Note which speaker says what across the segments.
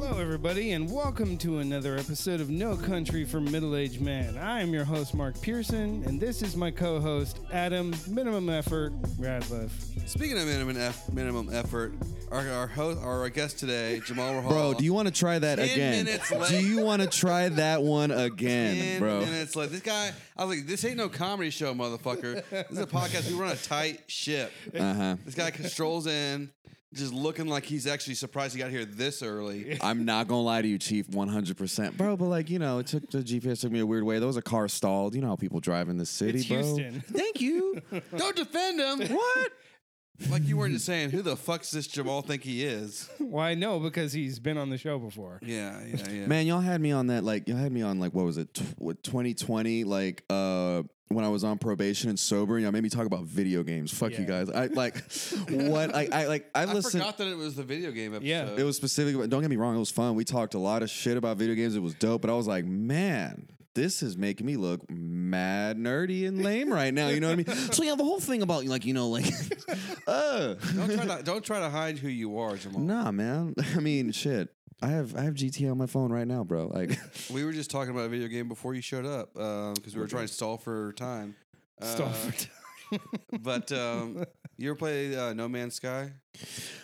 Speaker 1: everybody, and welcome to another episode of No Country for Middle Aged Men. I am your host, Mark Pearson, and this is my co host, Adam Minimum Effort Radliff.
Speaker 2: Speaking of minimum eff- minimum effort, our our, host, our guest today, Jamal Rahal.
Speaker 3: Bro, do you want to try that
Speaker 2: 10
Speaker 3: again?
Speaker 2: minutes
Speaker 3: Do
Speaker 2: late.
Speaker 3: you want to try that one again,
Speaker 2: Ten
Speaker 3: bro?
Speaker 2: minutes left. This guy, I was like, this ain't no comedy show, motherfucker. This is a podcast. We run a tight ship.
Speaker 3: Uh huh.
Speaker 2: This guy strolls in, just looking like he's actually surprised he got here this early.
Speaker 3: I'm not gonna lie to you, Chief, 100, percent bro. But like, you know, it took the GPS took me a weird way. There was a car stalled. You know how people drive in this city,
Speaker 1: It's
Speaker 3: bro.
Speaker 1: Houston.
Speaker 3: Thank you.
Speaker 2: Don't defend him.
Speaker 3: what?
Speaker 2: Like you weren't just saying, who the fuck's this Jamal think he is?
Speaker 1: Why, no, because he's been on the show before.
Speaker 2: Yeah, yeah, yeah.
Speaker 3: Man, y'all had me on that. Like, y'all had me on like what was it, tw- what, 2020? Like, uh, when I was on probation and sober, y'all made me talk about video games. Fuck
Speaker 1: Yeah.
Speaker 3: you guys. I like what I, I like. I
Speaker 2: I
Speaker 3: listened.
Speaker 2: forgot that it was the video game episode.
Speaker 1: Yeah.
Speaker 3: It was specific. Don't get me wrong. It was fun. We talked a lot of shit about video games. It was dope. But I was like, man, this is making me look mad nerdy and lame right now. You know what I mean? So yeah, the whole thing about like you know like, uh,
Speaker 2: don't try to don't try to hide who you are, Jamal.
Speaker 3: nah, man. I mean, shit. I have I have GTA on my phone right now, bro. Like,
Speaker 2: We were just talking about a video game before you showed up because we were trying to stall for time. Uh,
Speaker 1: Stall for time.
Speaker 2: But um, you ever play uh, No Man's Sky?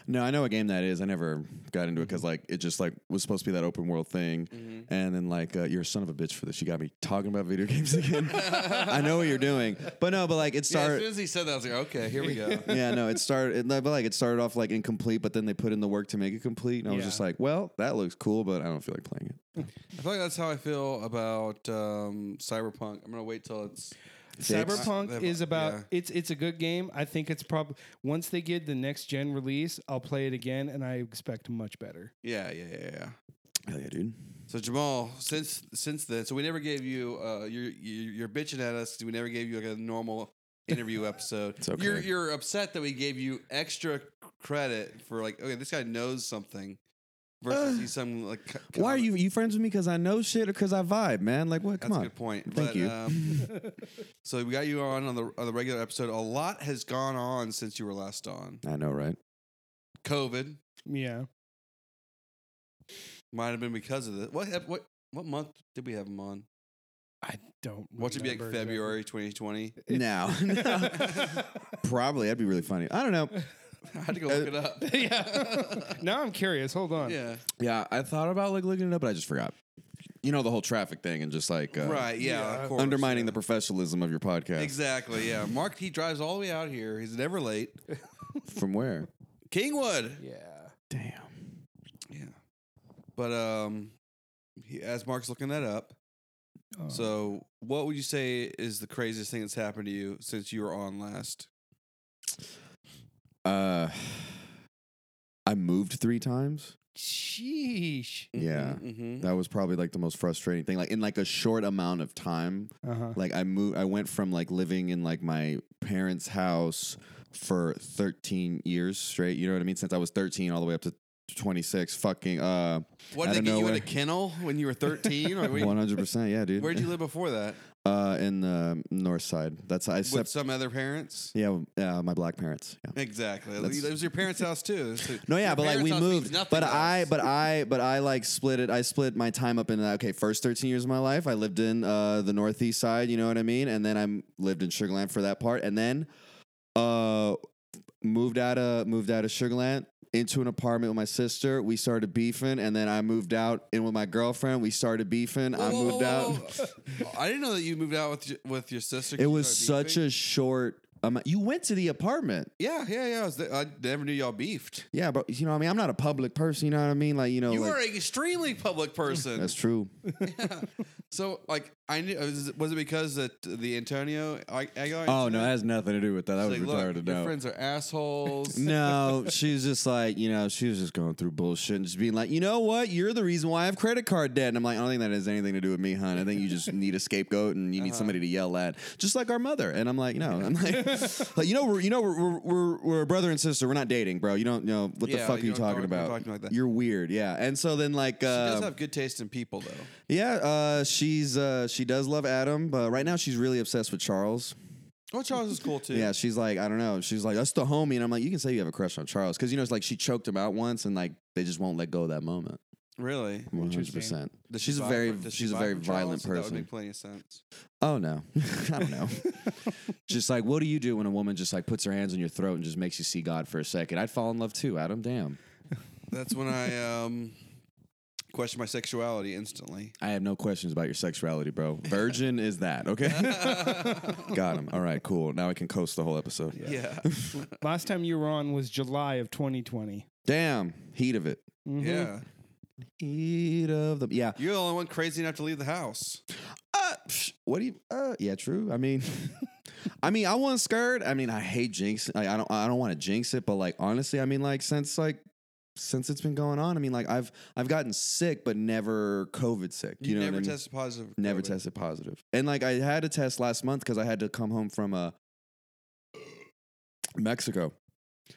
Speaker 3: no, I know what game that is. I never got into it because like it just like was supposed to be that open world thing.
Speaker 2: Mm-hmm.
Speaker 3: And then like uh, you're a son of a bitch for this. You got me talking about video games again. I know what you're doing, but no, but like it
Speaker 2: Yeah,
Speaker 3: started.
Speaker 2: as soon as he said that, I was like, okay, here we go.
Speaker 3: yeah, no, it started. It, but like, it started off like incomplete, but then they put in the work to make it complete, and I was
Speaker 1: Yeah.
Speaker 3: just like, "Well, that looks cool, but I don't feel like playing it."
Speaker 2: I feel like that's how I feel about um, Cyberpunk. I'm gonna wait till it's.
Speaker 3: Fixed.
Speaker 1: Cyberpunk
Speaker 2: They've-
Speaker 1: is about
Speaker 2: yeah.
Speaker 1: it's it's a good game. I think it's probably once they get the next gen release, I'll play it again, and I expect much better.
Speaker 2: Yeah, yeah, yeah, yeah.
Speaker 3: Hell yeah, dude!
Speaker 2: So Jamal, since since then, so we never gave you uh, you're you're you're bitching at us. 'cause We never gave you like a normal interview episode.
Speaker 3: It's okay.
Speaker 2: You're you're upset that we gave you extra credit for like, okay, this guy knows something versus
Speaker 3: Uh,
Speaker 2: he's some like. co-
Speaker 3: Why are
Speaker 2: comic.
Speaker 3: you you friends with me? Because I know shit, or because I vibe, man? Like, what?
Speaker 2: That's
Speaker 3: Come
Speaker 2: a
Speaker 3: on.
Speaker 2: good point.
Speaker 3: Thank
Speaker 2: but,
Speaker 3: you.
Speaker 2: Um, so we got you on on the on the regular episode. A lot has gone on since you were last on.
Speaker 3: I know, right?
Speaker 2: COVID
Speaker 1: Yeah,
Speaker 2: might have been because of this. What ep- what what month did we have him on?
Speaker 1: I don't.
Speaker 2: What should be like
Speaker 1: remember exactly.
Speaker 2: February 2020?
Speaker 3: Now, probably that'd be really funny. I don't know.
Speaker 2: I had to go
Speaker 3: Uh,
Speaker 2: look it up.
Speaker 1: yeah. now I'm curious. Hold on.
Speaker 2: yeah.
Speaker 3: Yeah, I thought about like looking it up, but I just forgot. You know the whole traffic thing and just like uh,
Speaker 2: Right. Yeah.
Speaker 1: Yeah.
Speaker 2: Of course,
Speaker 3: undermining
Speaker 2: yeah.
Speaker 3: the professionalism of your podcast.
Speaker 2: Exactly. Yeah. Mark, he drives all the way out here. He's never late.
Speaker 3: From where?
Speaker 2: Kingwood.
Speaker 1: Yeah.
Speaker 3: Damn.
Speaker 2: Yeah. But um, he, as Mark's looking that up,
Speaker 3: Uh-huh.
Speaker 1: Oh.
Speaker 2: So, what would you say is the craziest thing that's happened to you since you were on last?
Speaker 3: Uh, I moved three times.
Speaker 1: sheesh.
Speaker 3: Yeah.
Speaker 2: Mm-hmm.
Speaker 3: That was probably like the most frustrating thing. Like in like a short amount of time,
Speaker 1: Uh
Speaker 2: Uh-huh.
Speaker 1: huh.
Speaker 3: like I moved. I went from like living in like my parents' house for 13 years straight. You know what I mean? Since I was 13 all the way up to 26. Fucking uh,
Speaker 2: What
Speaker 3: Out
Speaker 2: did
Speaker 3: of
Speaker 2: they get you in a
Speaker 3: nowhere.
Speaker 2: kennel when you were 13? Or where,
Speaker 3: 100. uh, percent Yeah, dude.
Speaker 2: where'd you live before that?
Speaker 3: Uh, in the north side. That's I
Speaker 2: With
Speaker 3: sep-
Speaker 2: some other parents?
Speaker 3: Yeah, uh, my black parents. Yeah.
Speaker 2: Exactly.
Speaker 3: That's-
Speaker 2: It was your parents' house too. So
Speaker 3: No, yeah,
Speaker 2: your
Speaker 3: but like
Speaker 2: parents'
Speaker 3: we
Speaker 2: house means
Speaker 3: moved.
Speaker 2: nothing
Speaker 3: But
Speaker 2: to
Speaker 3: I,
Speaker 2: us.
Speaker 3: but I, but I like split it. I split my time up into that. Okay, first thirteen years of my life, I lived in uh, the northeast side. You know what I mean? And then I lived in Sugarland for that part, and then uh, moved out of moved out of Sugarland into an apartment with my sister. We started beefing, and then I moved out in with my girlfriend. We started beefing. I
Speaker 2: Whoa, whoa,
Speaker 3: moved
Speaker 2: whoa,
Speaker 3: out.
Speaker 2: whoa. I didn't know that you moved out with your, with your sister.
Speaker 3: It was such a short. amount you went to the apartment.
Speaker 2: yeah, yeah, yeah. I, was there. I never knew y'all beefed.
Speaker 3: Yeah, but you know, what I mean, I'm not a public person. You know what I mean? Like, you know,
Speaker 2: You
Speaker 3: like,
Speaker 2: are an extremely public person.
Speaker 3: that's true.
Speaker 2: so, like, I knew. Was it, was it because that the Antonio I, Aguilar?
Speaker 3: Oh no,
Speaker 2: incident?
Speaker 3: that has nothing to do with that. That was
Speaker 2: It's like,
Speaker 3: retarded.
Speaker 2: look, your
Speaker 3: no.
Speaker 2: friends are assholes.
Speaker 3: no, she was just like, you know, she was just going through bullshit and just being like, you know what? You're the reason why I have credit card debt. And I'm like, I don't think that has anything to do with me, hon. I think you just need a scapegoat and you need
Speaker 2: Uh-huh.
Speaker 3: somebody to yell at, just like our mother. And I'm like, no, I'm like, like you know, we're, you know, we're, we're, we're, we're a brother and sister. We're not dating, bro. You don't know what the
Speaker 2: Yeah,
Speaker 3: fuck
Speaker 2: you
Speaker 3: are you
Speaker 2: don't talk-
Speaker 3: talking
Speaker 2: you don't
Speaker 3: about.
Speaker 2: talk to me like that.
Speaker 3: You're weird. Yeah. And so then like,
Speaker 2: She
Speaker 3: uh,
Speaker 2: does have good taste in people, though.
Speaker 3: yeah, uh, she's, uh, she does love Adam, but right now she's really obsessed with Charles.
Speaker 2: Oh, Charles is cool too.
Speaker 3: Yeah, she's like, I don't know. She's like, that's the homie. And I'm like, you can say you have a crush on Charles. Cause you know, it's like she choked him out once and like they just won't let go of that moment.
Speaker 2: Really?
Speaker 3: One hundred
Speaker 1: Interesting.
Speaker 3: percent.
Speaker 2: Does
Speaker 3: She's a
Speaker 2: buy
Speaker 3: very-
Speaker 2: from- does she
Speaker 3: she's a
Speaker 2: buy
Speaker 3: very
Speaker 2: from Charles?
Speaker 3: violent
Speaker 2: That
Speaker 3: person.
Speaker 2: would make plenty of sense.
Speaker 3: Oh no, I don't know. just like, what do you do when a woman just like puts her hands on your throat and just makes you see God for a second? I'd fall in love too, Adam. Damn,
Speaker 2: That's when I um, question my sexuality instantly.
Speaker 3: I have no questions about your sexuality, bro. Virgin is that okay? Got him. All right, cool. Now I can coast the whole episode.
Speaker 2: Yeah.
Speaker 3: Mm-hmm.
Speaker 1: Last time you were on was July of 2020.
Speaker 3: Damn, heat of it.
Speaker 1: Mhm.
Speaker 2: Yeah.
Speaker 3: Heat of the yeah.
Speaker 2: You're the only one crazy enough to leave the house.
Speaker 3: Uh, psh, what do you? Uh, yeah, true. I mean, I mean, I wasn't scared. I mean, I hate jinx. Like, I don't. I don't want to jinx it, but like honestly, I mean, like since like since it's been going on, I mean, like I've I've gotten sick, but never COVID sick. You,
Speaker 2: You,
Speaker 3: know what
Speaker 2: never
Speaker 3: I mean?
Speaker 2: tested positive. for
Speaker 3: Never
Speaker 2: COVID.
Speaker 3: tested positive. And like I had a test last month because I had to come home from uh, Mexico.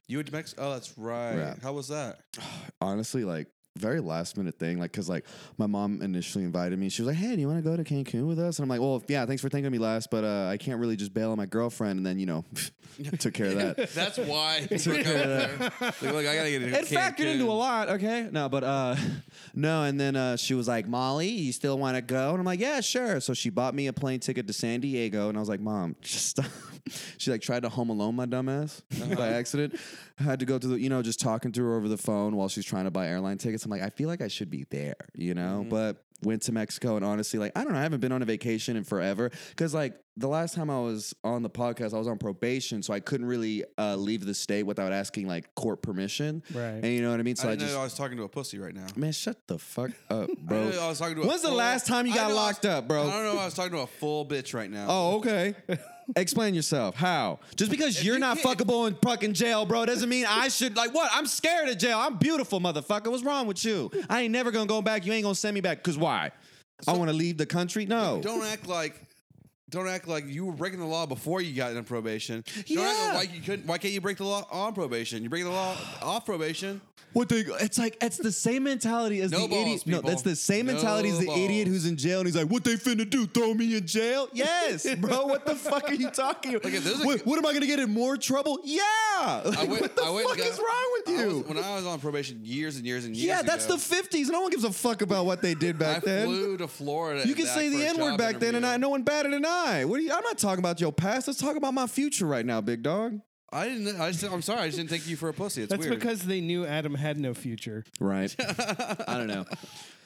Speaker 2: You went to Mexico. Oh, that's right.
Speaker 3: Yeah.
Speaker 2: How was that?
Speaker 3: honestly like very last minute thing like because like my mom initially invited me she was like hey do you want to go to cancun with us and i'm like well yeah thanks for thinking of me last but uh, i can't really just bail on my girlfriend and then you know took care of that
Speaker 2: That's why. we're
Speaker 3: Took
Speaker 2: going
Speaker 3: care of
Speaker 2: there. Like, look, I gotta get into
Speaker 3: it factored into a
Speaker 2: Cancun.
Speaker 3: lot okay no but uh no and then uh she was like molly you still want to go and i'm like yeah sure so she bought me a plane ticket to san diego and i was like mom just stop she like tried to home alone my dumbass by accident had to go to the you know just talking to her over the phone while she's trying to buy airline tickets i'm like i feel like i should be there you know but went to mexico and honestly like i don't know i haven't been on a vacation in forever because like the last time i was on the podcast i was on probation so i couldn't really uh, leave the state without asking like court permission
Speaker 1: Right.
Speaker 3: and you know what I mean?
Speaker 2: I
Speaker 3: So I,
Speaker 2: didn't
Speaker 3: just,
Speaker 2: know I was talking to a pussy right now.
Speaker 3: man, shut the fuck up,
Speaker 2: I
Speaker 3: bro.
Speaker 2: didn't know I was talking to a
Speaker 3: When's the
Speaker 2: full-
Speaker 3: last time you
Speaker 2: I
Speaker 3: got
Speaker 2: know I
Speaker 3: locked
Speaker 2: was-
Speaker 3: up, bro?
Speaker 2: I don't know. I was talking to a full bitch right now.
Speaker 3: Oh, okay. Explain yourself. How? Just because you're
Speaker 2: you
Speaker 3: not
Speaker 2: can't-
Speaker 3: fuckable in fucking jail, bro, doesn't mean I should. Like, what? I'm scared of jail. I'm beautiful, motherfucker. What's wrong with you? I ain't never gonna go back. You ain't gonna send me back. Cause why? I want to leave the country. No.
Speaker 2: Don't act like. Don't act like you were breaking the law before you got on probation. Don't
Speaker 3: Yeah.
Speaker 2: act like you couldn't. Why can't you break the law on probation? You break the law off probation.
Speaker 3: What the? It's like it's the same mentality as
Speaker 2: No
Speaker 3: the
Speaker 2: balls,
Speaker 3: idiot. No,
Speaker 2: people.
Speaker 3: that's the same mentality as
Speaker 2: No
Speaker 3: the idiot
Speaker 2: balls.
Speaker 3: who's in jail and he's like, "What they finna do? Throw me in jail?" Yes, bro. What the fuck are you talking? about?
Speaker 2: Look, if there's a-
Speaker 3: what, what am I gonna get in more trouble? Yeah. Like,
Speaker 2: went-
Speaker 3: what the
Speaker 2: I went
Speaker 3: fuck
Speaker 2: and
Speaker 3: is
Speaker 2: got-
Speaker 3: wrong with
Speaker 2: I
Speaker 3: you?
Speaker 2: was- when I was on probation years and years and years.
Speaker 3: yeah, that's
Speaker 2: ago,
Speaker 3: the fifties. No one gives a fuck about what they did back
Speaker 2: I
Speaker 3: then.
Speaker 2: flew to Florida.
Speaker 3: you can
Speaker 2: back
Speaker 3: say
Speaker 2: for
Speaker 3: the
Speaker 2: a
Speaker 3: N word
Speaker 2: job
Speaker 3: back then, and I,
Speaker 2: interview.
Speaker 3: no one batted an eye. What are you? I'm not talking about your past. Let's talk about my future right now, big dog.
Speaker 2: I didn't. I just, I'm sorry. I just didn't take you for a pussy. It's
Speaker 1: That's
Speaker 2: weird.
Speaker 1: because they knew Adam had no future.
Speaker 3: Right. I don't know,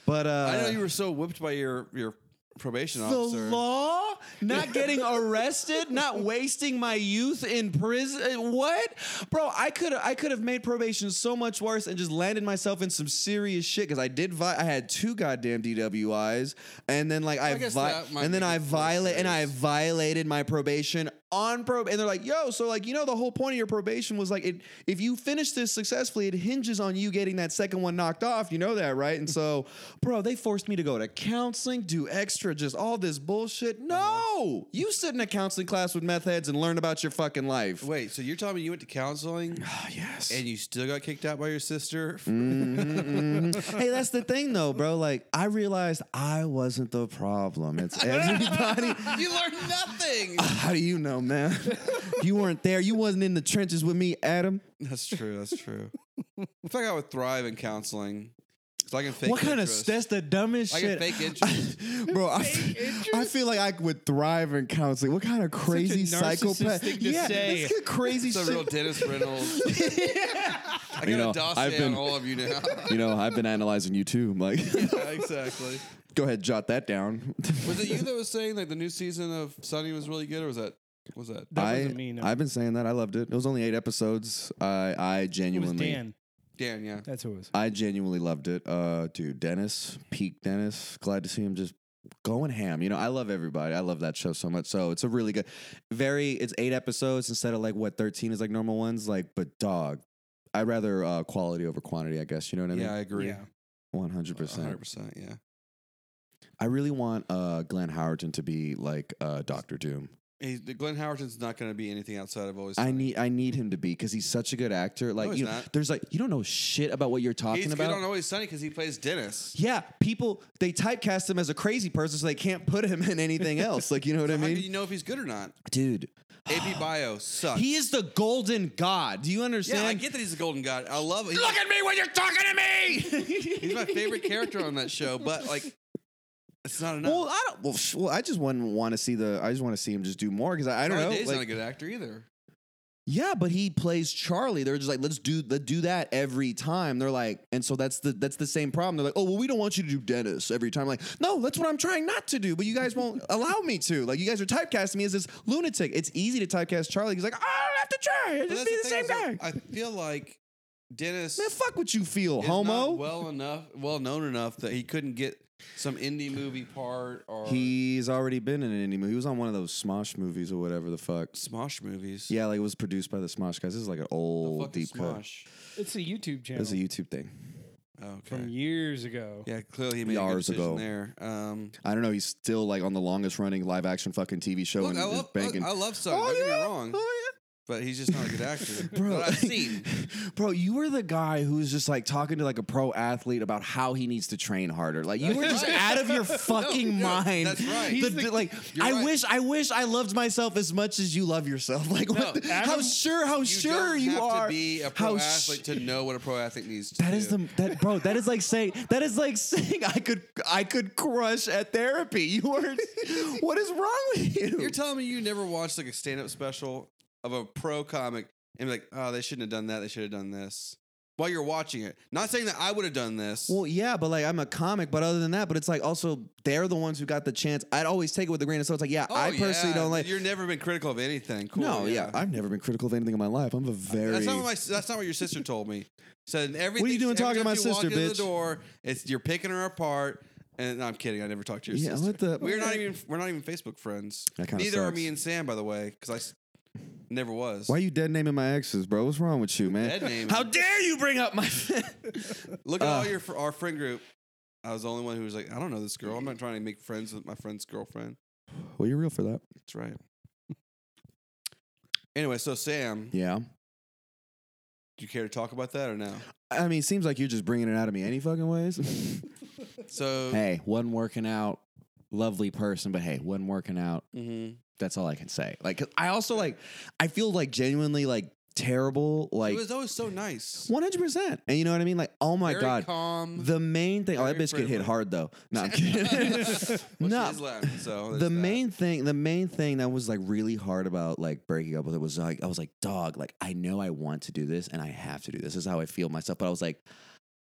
Speaker 3: but uh,
Speaker 2: I know you were so whipped by your your probation officer.
Speaker 3: The law? Not getting arrested? Not wasting my youth in prison? What? Bro, I could I could have made probation so much worse and just landed myself in some serious shit cuz I did vi- I had two goddamn DWIs and then like I,
Speaker 2: guess
Speaker 3: vi-
Speaker 2: that might
Speaker 3: and then
Speaker 2: make
Speaker 3: I
Speaker 2: it more
Speaker 3: violate and I
Speaker 2: serious.
Speaker 3: violated my probation on prob and they're like, "Yo, so like you know the whole point of your probation was like it if you finish this successfully, it hinges on you getting that second one knocked off. You know that, right?" And so, bro, they forced me to go to counseling, do extra, just all this bullshit. No. You sit in a counseling class with meth heads and learn about your fucking life.
Speaker 2: Wait, so you're telling me you went to counseling
Speaker 3: yes. Mm.
Speaker 2: and you still got kicked out by your sister?
Speaker 3: hey, that's the thing though, bro. Like I realized I wasn't the problem. It's everybody
Speaker 2: you learned nothing.
Speaker 3: How do you know, man? you weren't there. You wasn't in the trenches with me, Adam.
Speaker 2: that's true. That's true. I feel like I would thrive in counseling. So I can fake
Speaker 3: what kind
Speaker 2: interest.
Speaker 3: of that's the dumbest
Speaker 2: I can
Speaker 3: shit,
Speaker 2: fake interest.
Speaker 3: bro? I, I feel like I would thrive in counseling. What kind of crazy
Speaker 1: narcissist
Speaker 3: psychopath?
Speaker 1: thing to
Speaker 3: yeah,
Speaker 1: say.
Speaker 3: that's good crazy
Speaker 2: It's a real
Speaker 3: shit.
Speaker 2: Dennis Reynolds. I got
Speaker 3: You know,
Speaker 2: a dossier
Speaker 3: I've been-
Speaker 2: on all of you now.
Speaker 3: you know, I've been analyzing you too. I'm like,
Speaker 2: Yeah, exactly.
Speaker 3: go ahead, jot that down.
Speaker 2: Was it you that was saying like the new season of Sunny was really good, or was that was that?
Speaker 1: That
Speaker 3: I,
Speaker 1: wasn't me, no.
Speaker 3: I've been saying that. I loved it. It was only eight episodes. I, I
Speaker 1: It was
Speaker 3: genuinely.
Speaker 1: Dan.
Speaker 2: Dan, yeah.
Speaker 1: That's who it was.
Speaker 3: I genuinely loved it. Uh, dude, Dennis, peak Dennis. Glad to see him just going ham. You know, I love everybody. I love that show so much. So it's a really good, very. It's eight episodes instead of like what thirteen is like normal ones. Like, but dog, I'd rather uh, quality over quantity. I guess you know what I
Speaker 2: Yeah, I
Speaker 3: mean.
Speaker 2: agree.
Speaker 1: Yeah.
Speaker 3: One
Speaker 2: Hundred
Speaker 3: hundred percent.
Speaker 2: percent. Yeah.
Speaker 3: I really want uh Glenn Howerton to be like uh Doctor Doom.
Speaker 2: He's, Glenn Howerton's not going to be anything outside of always.
Speaker 3: I
Speaker 2: Sunny.
Speaker 3: need I need him to be because he's such a good actor. Like
Speaker 2: he's
Speaker 3: you know,
Speaker 2: not.
Speaker 3: there's like you don't know shit about what you're talking
Speaker 2: He's
Speaker 3: about.
Speaker 2: good on Always Sunny because he plays Dennis.
Speaker 3: yeah, people they typecast him as a crazy person, so they can't put him in anything else. Like you know what I
Speaker 2: How do you
Speaker 3: mean,
Speaker 2: know if he's good or not?
Speaker 3: dude?
Speaker 2: AP Bio sucks.
Speaker 3: He is the golden god. Do you understand?
Speaker 2: yeah, I get that he's a golden god. I love it.
Speaker 3: Look at me when you're talking to me.
Speaker 2: He's my favorite character on that show, but like, it's not enough.
Speaker 3: Well, I don't. Well, sh- well I just wouldn't want to see the. I just want to see him just do more because I, I don't
Speaker 2: Charlie
Speaker 3: know.
Speaker 2: Day's
Speaker 3: like-
Speaker 2: not a good actor either.
Speaker 3: Yeah, but he plays Charlie. They're just like, let's do let do that every time. They're like, and so that's the that's the same problem. They're like, oh well, we don't want you to do Dennis every time. Like, no, that's what I'm trying not to do, but you guys won't allow me to. Like, you guys are typecasting me as this lunatic. It's easy to typecast Charlie. He's like, I don't have to try. I'll
Speaker 2: But
Speaker 3: just
Speaker 2: that's
Speaker 3: be the,
Speaker 2: thing
Speaker 3: same
Speaker 2: is,
Speaker 3: guy.
Speaker 2: like, I feel like Dennis
Speaker 3: Man, fuck what you feel,
Speaker 2: is
Speaker 3: homo.
Speaker 2: not well enough, well known enough that he couldn't get some indie movie part or
Speaker 3: He's already been in an indie movie. He was on one of those Smosh movies or whatever the fuck.
Speaker 2: Smosh movies.
Speaker 3: Yeah, like it was produced by the Smosh guys. This is like an
Speaker 2: The
Speaker 3: old
Speaker 2: fuck is
Speaker 3: deep cut.
Speaker 2: Smosh.
Speaker 1: It's a YouTube
Speaker 3: It
Speaker 1: channel
Speaker 3: was a YouTube thing.
Speaker 2: Okay.
Speaker 1: from years ago.
Speaker 2: yeah, clearly he made a good
Speaker 3: Years
Speaker 2: decision
Speaker 3: ago.
Speaker 2: there. Um,
Speaker 3: I don't know. He's still like on the longest running live action fucking TV show
Speaker 2: look,
Speaker 3: and
Speaker 2: I
Speaker 3: is Oh,
Speaker 2: love,
Speaker 3: banking.
Speaker 2: I love Sung. don't get me wrong, but he's just not a good actor.
Speaker 3: Bro,
Speaker 2: But I've seen.
Speaker 3: bro, you were the guy who was just like talking to like a pro athlete about how he needs to train harder. Like you were just
Speaker 2: right.
Speaker 3: out of your fucking
Speaker 2: No,
Speaker 3: mind.
Speaker 2: that's right.
Speaker 3: The-
Speaker 2: He's
Speaker 3: the- like
Speaker 2: you're
Speaker 3: I
Speaker 2: right.
Speaker 3: wish, I wish I loved myself as much as you love yourself. Like what the- how
Speaker 1: Adam,
Speaker 3: sure, how
Speaker 2: You
Speaker 3: sure
Speaker 2: don't
Speaker 3: you
Speaker 2: have
Speaker 3: are.
Speaker 2: to be a
Speaker 3: how
Speaker 2: pro
Speaker 3: sh-
Speaker 2: athlete to know what a pro athlete needs to
Speaker 3: That is
Speaker 2: do.
Speaker 3: the that bro. That is like saying that is like saying I could I could crush at therapy. You are what is wrong with you?
Speaker 2: You're telling me you never watched like a stand-up special of a pro comic and be like, oh, they shouldn't have done that. They should have done this. While you're watching it, not saying that I would have done this.
Speaker 3: Well, yeah, but like I'm a comic, but other than that, but it's like also they're the ones who got the chance. I'd always take it with a grain of salt. It's like, yeah,
Speaker 2: Oh,
Speaker 3: I
Speaker 2: yeah.
Speaker 3: personally don't like.
Speaker 2: You've never been critical of anything. Cool.
Speaker 3: no, yeah. I've never been critical of anything in my life. I'm a very.
Speaker 2: that's not what my, that's not what your sister told me. Said everything.
Speaker 3: doing
Speaker 2: every
Speaker 3: talking to
Speaker 2: time
Speaker 3: my
Speaker 2: you walk
Speaker 3: sister,
Speaker 2: in
Speaker 3: bitch?"
Speaker 2: The door. It's you're picking her apart. And no, I'm kidding. I never talked to your
Speaker 3: Yeah,
Speaker 2: sister.
Speaker 3: what the-
Speaker 2: We're not even we're not even Facebook friends.
Speaker 3: That kinda
Speaker 2: Neither are
Speaker 3: sucks.
Speaker 2: me and Sam, by the way, because I s- never was.
Speaker 3: Why you dead naming my exes, bro? What's wrong with you, man?
Speaker 2: Dead naming.
Speaker 3: How dare you bring up my?
Speaker 2: Look at
Speaker 3: Uh,
Speaker 2: all your fr- our friend group. I was the only one who was like, I don't know this girl. I'm not trying to make friends with my friend's girlfriend.
Speaker 3: well, you're real for that.
Speaker 2: That's right. Anyway, so Sam,
Speaker 3: Yeah.
Speaker 2: do you care to talk about that or no?
Speaker 3: I mean, it seems like you're just bringing it out of me any fucking ways.
Speaker 2: So,
Speaker 3: hey, one working out, lovely person, but hey, one working out.
Speaker 2: Mhm.
Speaker 3: That's all I can say. Like, 'cause I also like, I feel like genuinely like terrible. Like,
Speaker 2: it was always so nice.
Speaker 3: One hundred percent, and you know what I mean. Like, oh my
Speaker 2: Very
Speaker 3: god,
Speaker 2: calm.
Speaker 3: the main thing. Oh, that
Speaker 2: very
Speaker 3: bitch could
Speaker 2: friendly.
Speaker 3: hit hard though. No, I'm kidding.
Speaker 2: Well,
Speaker 3: No.
Speaker 2: she is Latin, so there's
Speaker 3: the
Speaker 2: that.
Speaker 3: main thing, the main thing that was like really hard about like breaking up with it was like I was like, dog, like I know I want to do this and I have to do this. This is how I feel myself. But I was like,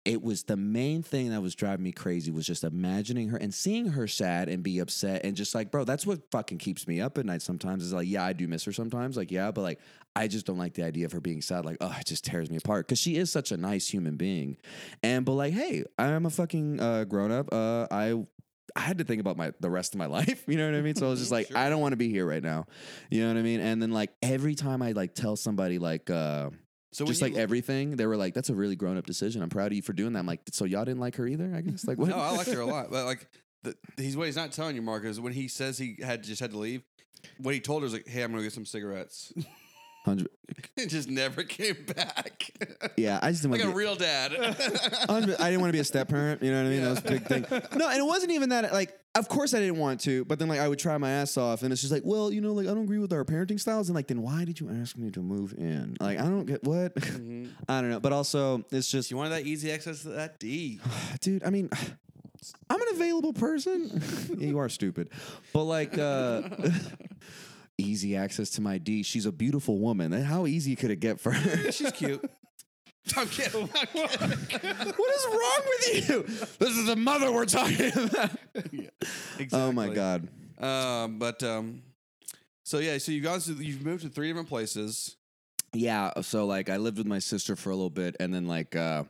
Speaker 3: it was the main thing that was driving me crazy was just imagining her and seeing her sad and be upset and just like, bro, that's what fucking keeps me up at night sometimes. Is like, yeah, I do miss her sometimes. Like, yeah, but like I just don't like the idea of her being sad. Like, oh, it just tears me apart. Cause she is such a nice human being. And but like, hey, I'm a fucking uh, grown up. Uh, I I had to think about my the rest of my life. You know what I mean? So I was just like,
Speaker 2: Sure.
Speaker 3: I don't want to be here right now. You know what I mean? And then like every time I like tell somebody like uh
Speaker 2: so when
Speaker 3: just
Speaker 2: you-
Speaker 3: like everything, they were like, That's a really grown up decision. I'm proud of you for doing that. I'm like, so y'all didn't like her either, I guess. Like what
Speaker 2: No, Oh, I liked her a lot, but like the, he's what he's not telling you, Mark, is when he says he had just had to leave. What he told her was like, "Hey, I'm gonna get some cigarettes,"
Speaker 3: Hundred-
Speaker 2: and just never came back.
Speaker 3: Yeah, I just didn't
Speaker 2: like
Speaker 3: want
Speaker 2: a
Speaker 3: to be
Speaker 2: real dad.
Speaker 3: hundred- I didn't want to be a step parent, you know what I mean? That was a big thing. No, and it wasn't even that like of course I didn't want to, but then like I would try my ass off and it's just like, well, you know, like I don't agree with our parenting styles and like then why did you ask me to move in? Like I don't get what?
Speaker 2: Mhm.
Speaker 3: I don't know. But also it's just
Speaker 2: She wanted that easy access to that D.
Speaker 3: dude i mean i'm an available person yeah, you are stupid but like uh easy access to my d she's a beautiful woman And how easy could it get for her
Speaker 2: She's cute. I'm kidding. I'm kidding.
Speaker 3: what is wrong with you this is the mother we're talking about oh my
Speaker 2: Exactly.
Speaker 3: god
Speaker 2: Um, but um, so yeah, so you've gone to you've moved to three different places.
Speaker 3: yeah so like i lived with my sister for a little bit and then like uh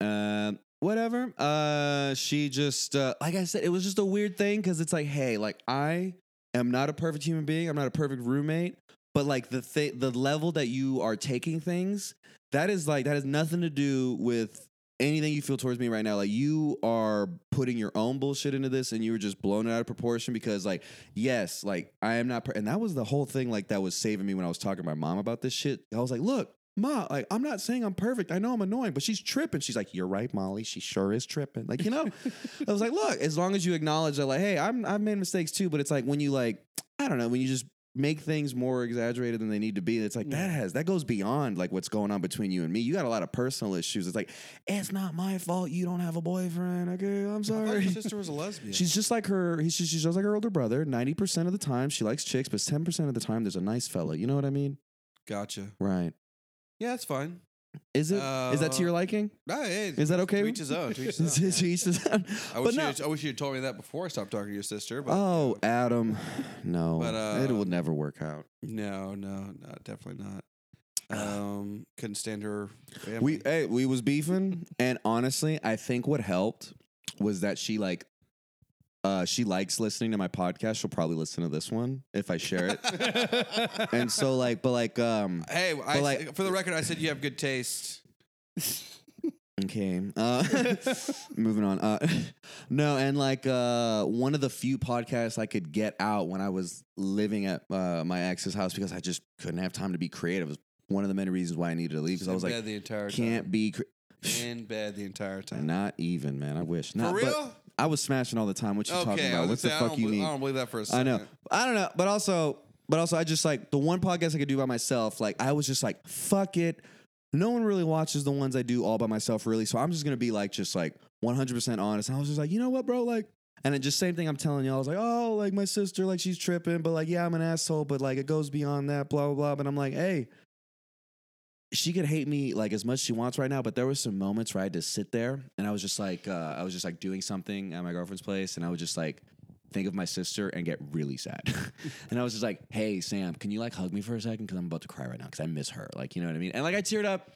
Speaker 3: uh whatever uh she just uh like i said it was just a weird thing because it's like hey like i am not a perfect human being i'm not a perfect roommate but like the thi- the level that you are taking things that is like that has nothing to do with anything you feel towards me right now, like you are putting your own bullshit into this and you were just blowing it out of proportion because, like, yes, like I am not, per- and that was the whole thing, like, that was saving me when I was talking to my mom about this shit. I was like, look, Ma, like, I'm not saying I'm perfect. I know I'm annoying, but she's tripping. She's like, you're right, Molly. She sure is tripping. Like, you know, I was like, look, as long as you acknowledge that, like, hey, I'm, I've made mistakes too, but it's like when you, like, I don't know, when you just, make things more exaggerated than they need to be. It's like that
Speaker 1: Yeah.
Speaker 3: has that goes beyond like what's going on between you and me. You got a lot of personal issues. It's like it's not my fault you don't have a boyfriend. Okay, I'm
Speaker 2: I thought your
Speaker 3: sorry.
Speaker 2: sister was a lesbian.
Speaker 3: She's just like her. He's just, she's just like her older brother. Ninety percent of the time, she likes chicks, but ten percent of the time, there's a nice fella. You know what I mean?
Speaker 2: gotcha.
Speaker 3: Right?
Speaker 2: Yeah, that's fine.
Speaker 3: Is it? Is that to your
Speaker 2: Uh,
Speaker 3: liking?
Speaker 2: No, hey,
Speaker 3: Is that okay?
Speaker 2: to each his own. To each his own.
Speaker 3: To each his own.
Speaker 2: I
Speaker 3: But
Speaker 2: wish,
Speaker 3: no.
Speaker 2: you, I wish you had told me that before I stopped talking to your sister. But
Speaker 3: Oh, Adam, no,
Speaker 2: But, uh,
Speaker 3: it will never work out.
Speaker 2: no, no, no, definitely not. Um, couldn't stand her. Family.
Speaker 3: uh, We hey, we was beefing, and honestly, I think what helped was that she like uh she likes listening to my podcast. She'll probably listen to this one if I share it. and so like but like um
Speaker 2: hey, I,
Speaker 3: But, like-
Speaker 2: for the record, I said you have good taste.
Speaker 3: okay. Uh moving on. Uh no, and like uh one of the few podcasts I could get out when I was living at uh, my ex's house because I just couldn't have time to be creative. It was one of the many reasons why I needed to leave because I
Speaker 2: in
Speaker 3: was like
Speaker 2: bed the entire
Speaker 3: can't be cre-
Speaker 2: time. in bed the entire time.
Speaker 3: not even, man. I wish.
Speaker 2: for
Speaker 3: Not, but-
Speaker 2: real?
Speaker 3: I was smashing all the time. What you talking
Speaker 2: okay, I
Speaker 3: about?
Speaker 2: was
Speaker 3: What the
Speaker 2: gonna say, I
Speaker 3: fuck
Speaker 2: don't
Speaker 3: you
Speaker 2: believe-
Speaker 3: mean?
Speaker 2: I don't believe that for a second.
Speaker 3: I know. I don't know. But also, but also, I just like the one podcast I could do by myself. Like I was just like, fuck it. No one really watches the ones I do all by myself, really. So I'm just gonna be like, just like 100 percent honest. And I was just like, you know what, bro? Like, and it just same thing I'm telling y'all. I was like, oh, like my sister, like she's tripping, but like, yeah, I'm an asshole, but like it goes beyond that, blah blah blah. But I'm like, hey. She could hate me like as much as she wants right now, but there was some moments where I had to sit there and I was just like, uh, I was just like doing something at my girlfriend's place, and I was just like, think of my sister and get really sad. and I was just like, hey, Sam, can you like hug me for a second? Cause I'm about to cry right now because I miss her. Like, you know what I mean? And like, I teared up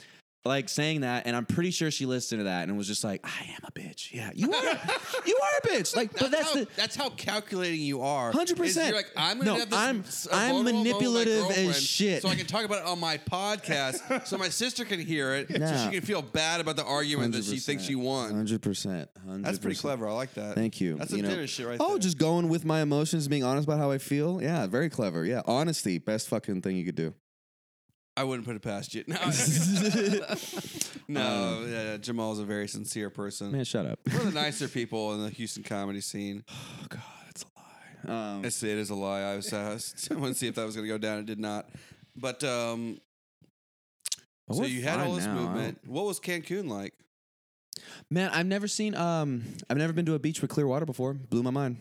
Speaker 3: like saying that. And I'm pretty sure she listened to that and was just like, I am a bitch. Yeah, you are. you are a bitch. Like, but
Speaker 2: how,
Speaker 3: that's the.
Speaker 2: that's how calculating you are.
Speaker 3: 100%.
Speaker 2: Is You're like I'm gonna
Speaker 3: No,
Speaker 2: have this
Speaker 3: I'm-
Speaker 2: s-
Speaker 3: I'm
Speaker 2: vulnerable moment with my
Speaker 3: manipulative as
Speaker 2: girlfriend
Speaker 3: shit.
Speaker 2: so I can talk about it on my podcast, so my sister can hear it, so
Speaker 3: Nah.
Speaker 2: she can feel bad about the argument that she thinks she won.
Speaker 3: 100%. 100%.
Speaker 2: That's pretty clever. I like that.
Speaker 3: Thank you.
Speaker 2: That's
Speaker 3: You
Speaker 2: some
Speaker 3: know-
Speaker 2: dinner shit right
Speaker 3: Oh,
Speaker 2: there.
Speaker 3: just going with my emotions, being honest about how I feel. Yeah, very clever. Yeah, honesty, best fucking thing you could do.
Speaker 2: I wouldn't put it past you. No, no yeah, Jamal's a very sincere person.
Speaker 3: Man, shut up.
Speaker 2: One of the nicer people in the Houston comedy scene.
Speaker 3: Oh God, it's a lie. Um,
Speaker 2: It's, it is a lie. I was asked. I wanted to see if that was going to go down. It did not. But um,
Speaker 3: but
Speaker 2: so
Speaker 3: we're
Speaker 2: you had
Speaker 3: fine
Speaker 2: all this
Speaker 3: now. I don't-
Speaker 2: movement. What was Cancun like?
Speaker 3: Man, I've never seen um I've never been to a beach with clear water before. Blew my mind.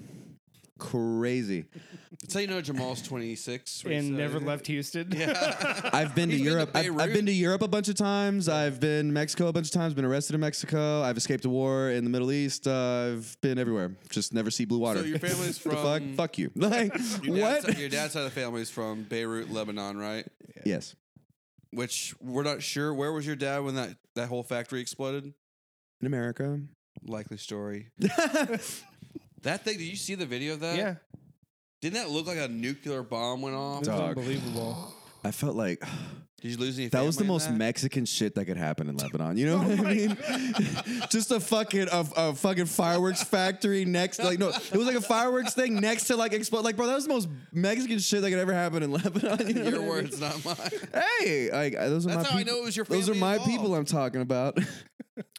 Speaker 3: Crazy.
Speaker 2: That's how you know Jamal's 26.
Speaker 1: and
Speaker 2: 27.
Speaker 1: never left Houston.
Speaker 2: Yeah.
Speaker 3: I've been to
Speaker 2: He's been to
Speaker 3: Europe. I've, I've
Speaker 2: Beirut.
Speaker 3: been to Europe a bunch of times. I've been Mexico a bunch of times. Been arrested in Mexico. I've escaped a war in the Middle East. Uh, I've been everywhere. Just never see blue water.
Speaker 2: your family's
Speaker 3: The fuck?
Speaker 2: from-
Speaker 3: Fuck you. Like
Speaker 2: Your dad's,
Speaker 3: what?
Speaker 2: Your dad's side of the family's from Beirut, Lebanon, right?
Speaker 3: Yes.
Speaker 2: Which we're not sure. Where was your dad when that, that whole factory exploded?
Speaker 3: In America.
Speaker 2: Likely story. That thing, did you see the video of that?
Speaker 1: yeah.
Speaker 2: Didn't that look like a nuclear bomb went off?
Speaker 1: It was
Speaker 3: Dog.
Speaker 1: unbelievable.
Speaker 3: I felt like
Speaker 2: Did you lose any
Speaker 3: that was the
Speaker 2: family in
Speaker 3: most
Speaker 2: that? Oh
Speaker 3: Mexican shit that could happen in Lebanon. You know what I mean? Just a fucking a, a fucking fireworks factory next, like no, it was like a fireworks thing next to like explode. Like, bro, that was the most Mexican shit that could ever happen in Lebanon. You know
Speaker 2: Your
Speaker 3: what I
Speaker 2: words, not mine.
Speaker 3: mean? Hey, like uh, those are
Speaker 2: That's
Speaker 3: my
Speaker 2: how I
Speaker 3: people.
Speaker 2: know it was your
Speaker 3: those are
Speaker 2: family
Speaker 3: my
Speaker 2: involved.
Speaker 3: people I'm talking about.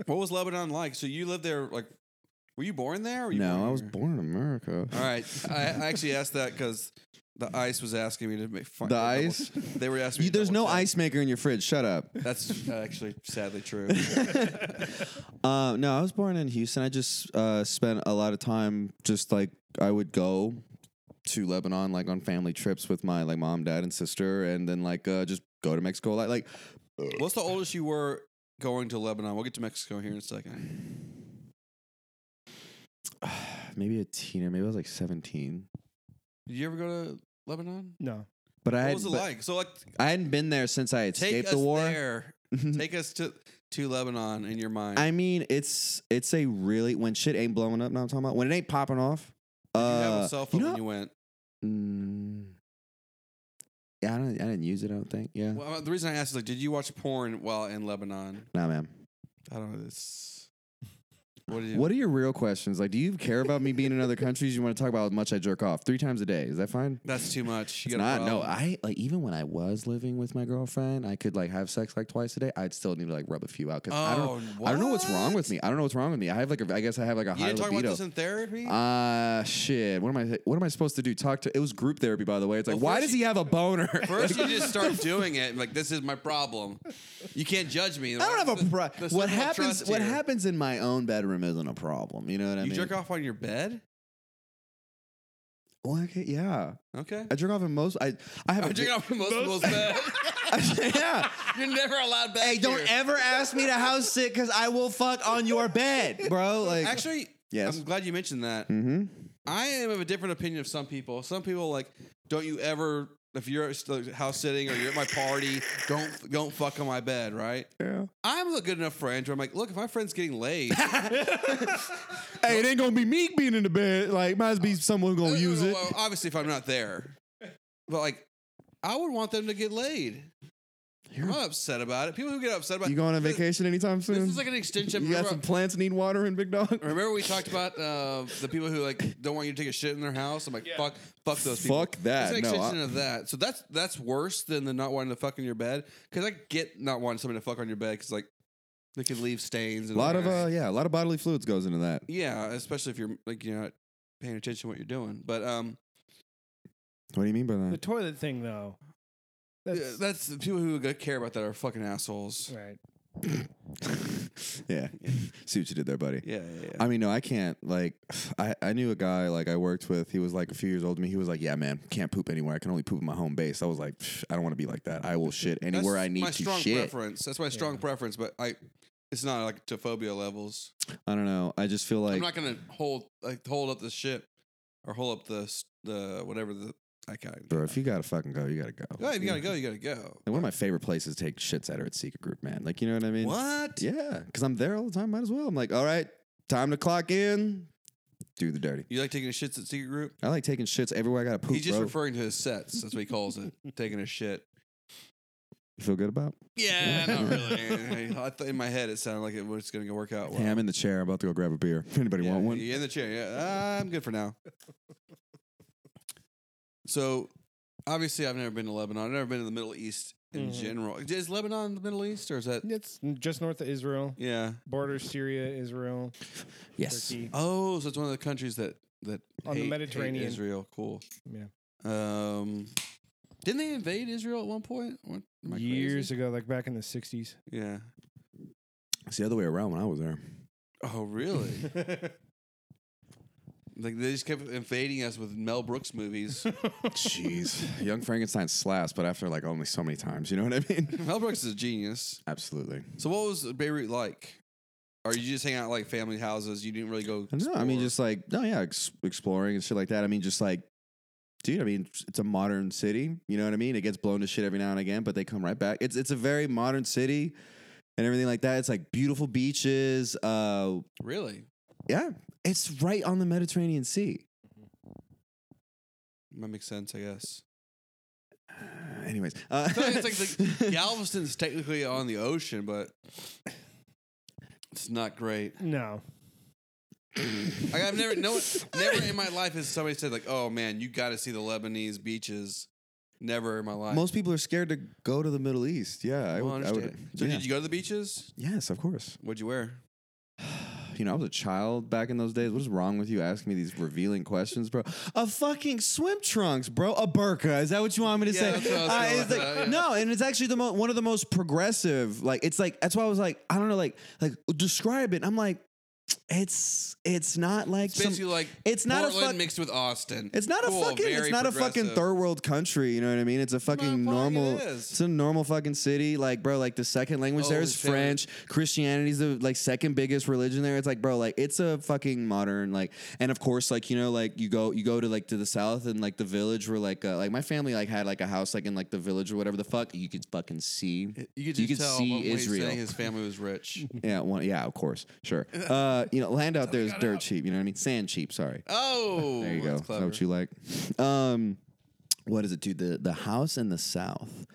Speaker 2: What was Lebanon like? So you lived there, like, were you born there? or were you
Speaker 3: no,
Speaker 2: born
Speaker 3: I was
Speaker 2: here?
Speaker 3: born in America.
Speaker 2: All right, I, I actually asked that because the ice was asking me to make fun.
Speaker 3: The
Speaker 2: double-
Speaker 3: ice?
Speaker 2: They were asking.
Speaker 3: You,
Speaker 2: me to
Speaker 3: there's no
Speaker 2: double check.
Speaker 3: ice maker in your fridge. Shut up.
Speaker 2: That's actually sadly true.
Speaker 3: Uh, no, I was born in Houston. I just uh, spent a lot of time just like I would go to Lebanon like on family trips with my like mom, dad, and sister, and then like uh, just go to Mexico. Like, like
Speaker 2: What's the oldest you were going to Lebanon? We'll get to Mexico here in a second.
Speaker 3: maybe a teenager. Maybe I was like seventeen.
Speaker 2: Did you ever go to Lebanon?
Speaker 1: No.
Speaker 3: But I
Speaker 2: What
Speaker 3: had,
Speaker 2: was it
Speaker 3: but
Speaker 2: like? So like,
Speaker 3: I hadn't been there since I
Speaker 2: take
Speaker 3: escaped
Speaker 2: us
Speaker 3: the war.
Speaker 2: there. take us to to Lebanon in your mind.
Speaker 3: I mean, it's it's a really when shit ain't blowing up. Now I'm talking about when it ain't popping off.
Speaker 2: Did you have
Speaker 3: uh,
Speaker 2: a cell phone
Speaker 3: know-
Speaker 2: when you went?
Speaker 3: Mm, yeah, I don't. I didn't use it. I don't think. Yeah.
Speaker 2: uh, Well, the reason I asked is like, did you watch porn while in Lebanon?
Speaker 3: Nah, man.
Speaker 2: I don't know. It's What do you?
Speaker 3: What are your real questions? Like, do you care about me being in other countries? You want to talk about how much I jerk off three times a day? Is that fine?
Speaker 2: That's too much. You
Speaker 3: It's
Speaker 2: got a
Speaker 3: not. No,
Speaker 2: problem.
Speaker 3: I like even when I was living with my girlfriend, I could like have sex like twice a day. I'd still need to like rub a few out because I don't.
Speaker 2: Oh,
Speaker 3: I don't know what's wrong with
Speaker 2: what?
Speaker 3: me. I don't know what's wrong with me. I have like a, I guess I have like a
Speaker 2: You
Speaker 3: high
Speaker 2: didn't talk about
Speaker 3: libido.
Speaker 2: this in therapy.
Speaker 3: Ah, shit. What am I? What am I supposed to do? Talk to? It was group therapy, by the way. It's like,
Speaker 2: Well,
Speaker 3: why
Speaker 2: first
Speaker 3: does
Speaker 2: you-
Speaker 3: he have a boner?
Speaker 2: First, you just start doing it. Like this is my problem. You can't judge me.
Speaker 3: I don't have a
Speaker 2: The-
Speaker 3: pro-
Speaker 2: the circle
Speaker 3: What
Speaker 2: of
Speaker 3: happens?
Speaker 2: trust
Speaker 3: What
Speaker 2: here.
Speaker 3: happens in my own bedroom isn't a problem. You know what I
Speaker 2: You
Speaker 3: mean?
Speaker 2: jerk off on your bed?
Speaker 3: Well, okay, yeah,
Speaker 2: Okay.
Speaker 3: I jerk off in most. I I have.
Speaker 2: I'm
Speaker 3: a
Speaker 2: jerking off in most people's bed.
Speaker 3: yeah.
Speaker 2: You're never allowed back.
Speaker 3: Hey, don't
Speaker 2: here.
Speaker 3: ever ask me to house sit because I will fuck on your bed, bro. Like,
Speaker 2: Actually,
Speaker 3: yes.
Speaker 2: I'm glad you mentioned that.
Speaker 3: mm-hmm.
Speaker 2: I am of a different opinion of some people. Some people like, don't you ever if you're at the house sitting or you're at my party, don't don't fuck on my bed, right?
Speaker 3: Yeah.
Speaker 2: I'm a good enough friend where I'm like, look, if my friend's getting laid,
Speaker 3: Hey, it ain't gonna be me being in the bed. Like, might as be someone gonna
Speaker 2: No, no,
Speaker 3: use
Speaker 2: no,
Speaker 3: it.
Speaker 2: well, Obviously, if I'm not there, but like, I would want them to get laid. I'm not upset about it. People who get upset about
Speaker 3: You going on
Speaker 2: This-
Speaker 3: vacation anytime soon?
Speaker 2: This is like an extension.
Speaker 3: you got
Speaker 2: Remember,
Speaker 3: some plants need watering, big dog.
Speaker 2: remember we talked about uh, the people who like don't want you to take a shit in their house. I'm like, fuck, fuck those people.
Speaker 3: Fuck that.
Speaker 2: It's an
Speaker 3: No,
Speaker 2: extension
Speaker 3: I-
Speaker 2: of that. So that's that's worse than the not wanting to fuck in your bed. Because I get not wanting somebody to fuck on your bed because like they can leave stains.
Speaker 3: A
Speaker 2: And all
Speaker 3: lot of
Speaker 2: that.
Speaker 3: uh, yeah, a lot of bodily fluids goes into that.
Speaker 2: yeah, especially if you're like you're not paying attention to what you're doing. But um,
Speaker 3: What do you mean by
Speaker 1: The
Speaker 3: that?
Speaker 1: toilet thing, though.
Speaker 2: that's,
Speaker 1: That's,
Speaker 2: that's the people who care about that are fucking assholes.
Speaker 1: right.
Speaker 3: yeah, see what you did there, buddy.
Speaker 2: Yeah, yeah, yeah.
Speaker 3: I mean, no, I can't. Like, I, I knew a guy like I worked with. He was like a few years older than me. He was like, "Yeah, man, can't poop anywhere. I can only poop at my home base." I was like, "Psh, "I don't want to be like that. I will shit anywhere
Speaker 2: That's
Speaker 3: I need
Speaker 2: my
Speaker 3: to
Speaker 2: strong
Speaker 3: shit."
Speaker 2: preference. That's my strong
Speaker 1: Yeah.
Speaker 2: preference, but I, it's not like to phobia levels.
Speaker 3: I don't know. I just feel
Speaker 2: I'm
Speaker 3: like
Speaker 2: not gonna hold like hold up the ship or hold up the s- the whatever the I can't.
Speaker 3: Bro, if you gotta fucking go, you gotta go.
Speaker 2: Oh, if you gotta go, you gotta go.
Speaker 3: And one of my favorite places to take shits at are at Secret Group, man. Like, you know what I mean?
Speaker 2: What?
Speaker 3: Yeah, because I'm there all the time. Might as well. I'm like, all right, time to clock in. Do the dirty.
Speaker 2: You like taking a shits at secret group?
Speaker 3: I like taking shits everywhere I gotta poop.
Speaker 2: He's just
Speaker 3: bro.
Speaker 2: referring to his sets. That's what he calls it. taking a shit.
Speaker 3: you feel good about?
Speaker 2: Yeah, not really. I thought in my head it sounded like it was gonna work out well.
Speaker 3: Hey, I'm in the chair. I'm about to go grab a beer. Anybody
Speaker 2: Oh, yeah,
Speaker 3: want one?
Speaker 2: yeah, in the chair. Yeah, I'm good for now. So, obviously, I've never been to Lebanon. I've never been to the Middle East in
Speaker 1: Mhm.
Speaker 2: general. Is Lebanon the Middle East, or is that?
Speaker 1: It's just north of Israel.
Speaker 2: Yeah.
Speaker 1: Border Syria, Israel,
Speaker 3: Yes.
Speaker 1: Turkey.
Speaker 2: Oh, so it's one of the countries that that
Speaker 1: On the
Speaker 2: hate- hate
Speaker 1: Mediterranean.
Speaker 2: Israel. Cool.
Speaker 1: Yeah.
Speaker 2: Um, didn't they invade Israel at one point? What, am I crazy?
Speaker 1: Years ago, like back in the 60s.
Speaker 2: Yeah.
Speaker 3: It's the other way around when I was there.
Speaker 2: Oh, really? like they just kept invading us with Mel Brooks movies.
Speaker 3: Jeez. Young Frankenstein slaps, but after like only so many times. You know what I mean?
Speaker 2: Mel Brooks is a genius.
Speaker 3: Absolutely.
Speaker 2: So what was Beirut like? Or you just hang out at, like family houses? You didn't really go.
Speaker 3: No, I
Speaker 2: explore?
Speaker 3: mean just like no, yeah, ex- exploring and shit like that. I mean just like, dude, I mean it's a modern city. You know what I mean? It gets blown to shit every now and again, but they come right back. It's it's a very modern city and everything like that. It's like beautiful beaches. Uh,
Speaker 2: really.
Speaker 3: yeah, it's right on the Mediterranean Sea.
Speaker 2: That makes sense, I guess.
Speaker 3: Uh, anyways, uh,
Speaker 2: So it's like the, Galveston's technically on the ocean, but it's not great.
Speaker 1: No.
Speaker 2: Like I've never, no, never in my life has somebody said like, "Oh man, you got to see the Lebanese beaches." Never in my life.
Speaker 3: most people are scared to go to the Middle East. Yeah, I
Speaker 2: Well, I
Speaker 3: would. I would-
Speaker 2: understand. so
Speaker 3: yeah.
Speaker 2: did you go to the beaches?
Speaker 3: yes, of course.
Speaker 2: What'd you wear?
Speaker 3: You know, I was a child back in those days. What is wrong with you asking me these revealing questions, bro? A fucking swim trunks, bro. A burqa. Is that what you want me to
Speaker 2: Yeah,
Speaker 3: say?
Speaker 2: that's what I was
Speaker 3: Uh,
Speaker 2: going
Speaker 3: it's
Speaker 2: with
Speaker 3: like-
Speaker 2: that, yeah.
Speaker 3: No, and it's actually the mo- one of the most progressive. Like, it's like that's why I was like, I don't know, like, like describe it. I'm like, it's it's not like
Speaker 2: It's basically
Speaker 3: some,
Speaker 2: like
Speaker 3: it's not a
Speaker 2: Portland
Speaker 3: fuck-
Speaker 2: mixed with Austin.
Speaker 3: it's not
Speaker 2: Cool,
Speaker 3: a fucking
Speaker 2: very
Speaker 3: it's not a fucking
Speaker 2: progressive.
Speaker 3: third world country. You know what I mean? It's a fucking
Speaker 2: fuck, it
Speaker 3: normal.
Speaker 2: is.
Speaker 3: It's a normal fucking city. Like bro, like the second language there
Speaker 2: Holy
Speaker 3: is
Speaker 2: shit.
Speaker 3: French. Christianity's the like second biggest religion there. It's like bro, like it's a fucking modern like. And of course, like you know, like you go you go to like to the south and like the village where like uh, like my family like had like a house like in like the village or whatever the fuck you could fucking see.
Speaker 2: You could, just
Speaker 3: you could
Speaker 2: tell
Speaker 3: see
Speaker 2: what he's
Speaker 3: Israel.
Speaker 2: saying his family was rich.
Speaker 3: Yeah, one, yeah, of course, sure. Uh, you know, land out there is dirt cheap. You know what I mean? Sand cheap. Sorry.
Speaker 2: Oh,
Speaker 3: There you go.
Speaker 2: that's
Speaker 3: Is that
Speaker 2: clever.
Speaker 3: what you like? Um, what is it, dude? The the house in the south.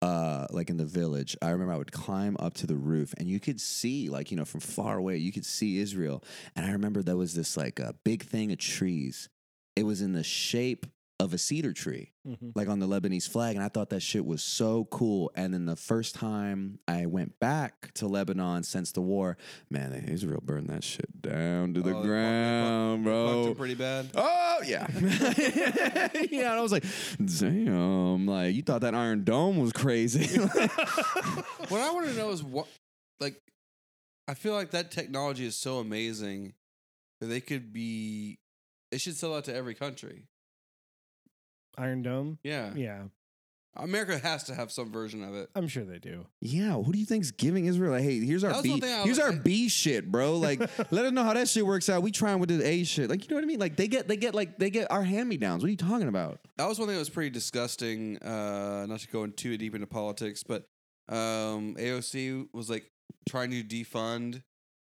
Speaker 3: uh, like in the village, I remember I would climb up to the roof and you could see, like, you know, from far away, you could see Israel. And I remember there was this like a big thing of trees. It was in the shape of a cedar tree
Speaker 2: Mm-hmm.
Speaker 4: Mhm.
Speaker 3: like on the Lebanese flag, and I thought that shit was so cool. And then the first time I went back to Lebanon since the war, man, Israel burned that shit down to
Speaker 2: Oh,
Speaker 3: the
Speaker 2: they fucked- they
Speaker 3: ground,
Speaker 2: Fucked
Speaker 3: bro.
Speaker 2: him pretty bad.
Speaker 3: Oh yeah, yeah. And I was like, damn, like you thought that Iron Dome was crazy.
Speaker 2: What I want to know is what, like, I feel like that technology is so amazing that they could be, they should sell out to every country.
Speaker 1: Iron Dome.
Speaker 2: Yeah.
Speaker 1: Yeah,
Speaker 2: America has to have some version of it.
Speaker 1: I'm sure they do.
Speaker 3: yeah, who do you think's giving Israel? Like, hey, here's
Speaker 2: That
Speaker 3: our
Speaker 2: was one
Speaker 3: B,
Speaker 2: thing I
Speaker 3: here's
Speaker 2: was-
Speaker 3: our B shit, bro. Like, let us know how that shit works out. We trying with this A shit, like you know what I mean? Like they get, they get, like they get our hand me downs. What are you talking about?
Speaker 2: That was one thing that was pretty disgusting. Uh, not to go in too deep into politics, but um, AOC was like trying to defund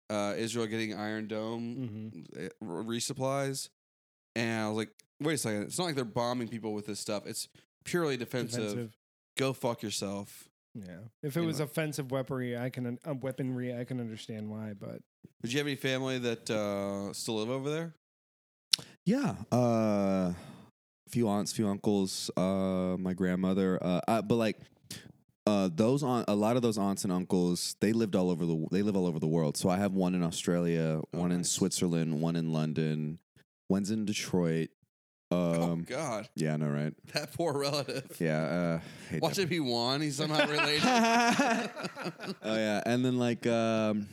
Speaker 2: uh, Israel getting Iron Dome
Speaker 1: Mm-hmm.
Speaker 2: uh, re- resupplies, and I was like, wait a second, it's not like they're bombing people with this stuff. It's purely defensive.
Speaker 1: Defensive.
Speaker 2: Go fuck yourself.
Speaker 1: Yeah. If it
Speaker 2: You
Speaker 1: was
Speaker 2: know.
Speaker 1: offensive weaponry, I can un- uh, weaponry, I can understand why. But
Speaker 2: Did you have any family that uh, still live over there?
Speaker 3: Yeah. Uh few aunts, few uncles, uh my grandmother, uh I, but like uh those on a lot of those aunts and uncles, they lived all over the they live all over the world. So I have one in Australia,
Speaker 2: Oh,
Speaker 3: one in
Speaker 2: nice.
Speaker 3: Switzerland, one in London, one's in Detroit.
Speaker 2: oh
Speaker 3: Um
Speaker 2: God,
Speaker 3: yeah, I know, right?
Speaker 2: that poor relative.
Speaker 3: Yeah, uh hate
Speaker 2: Watch
Speaker 3: that
Speaker 2: it be one. He's somehow related.
Speaker 3: Oh yeah, and then like um,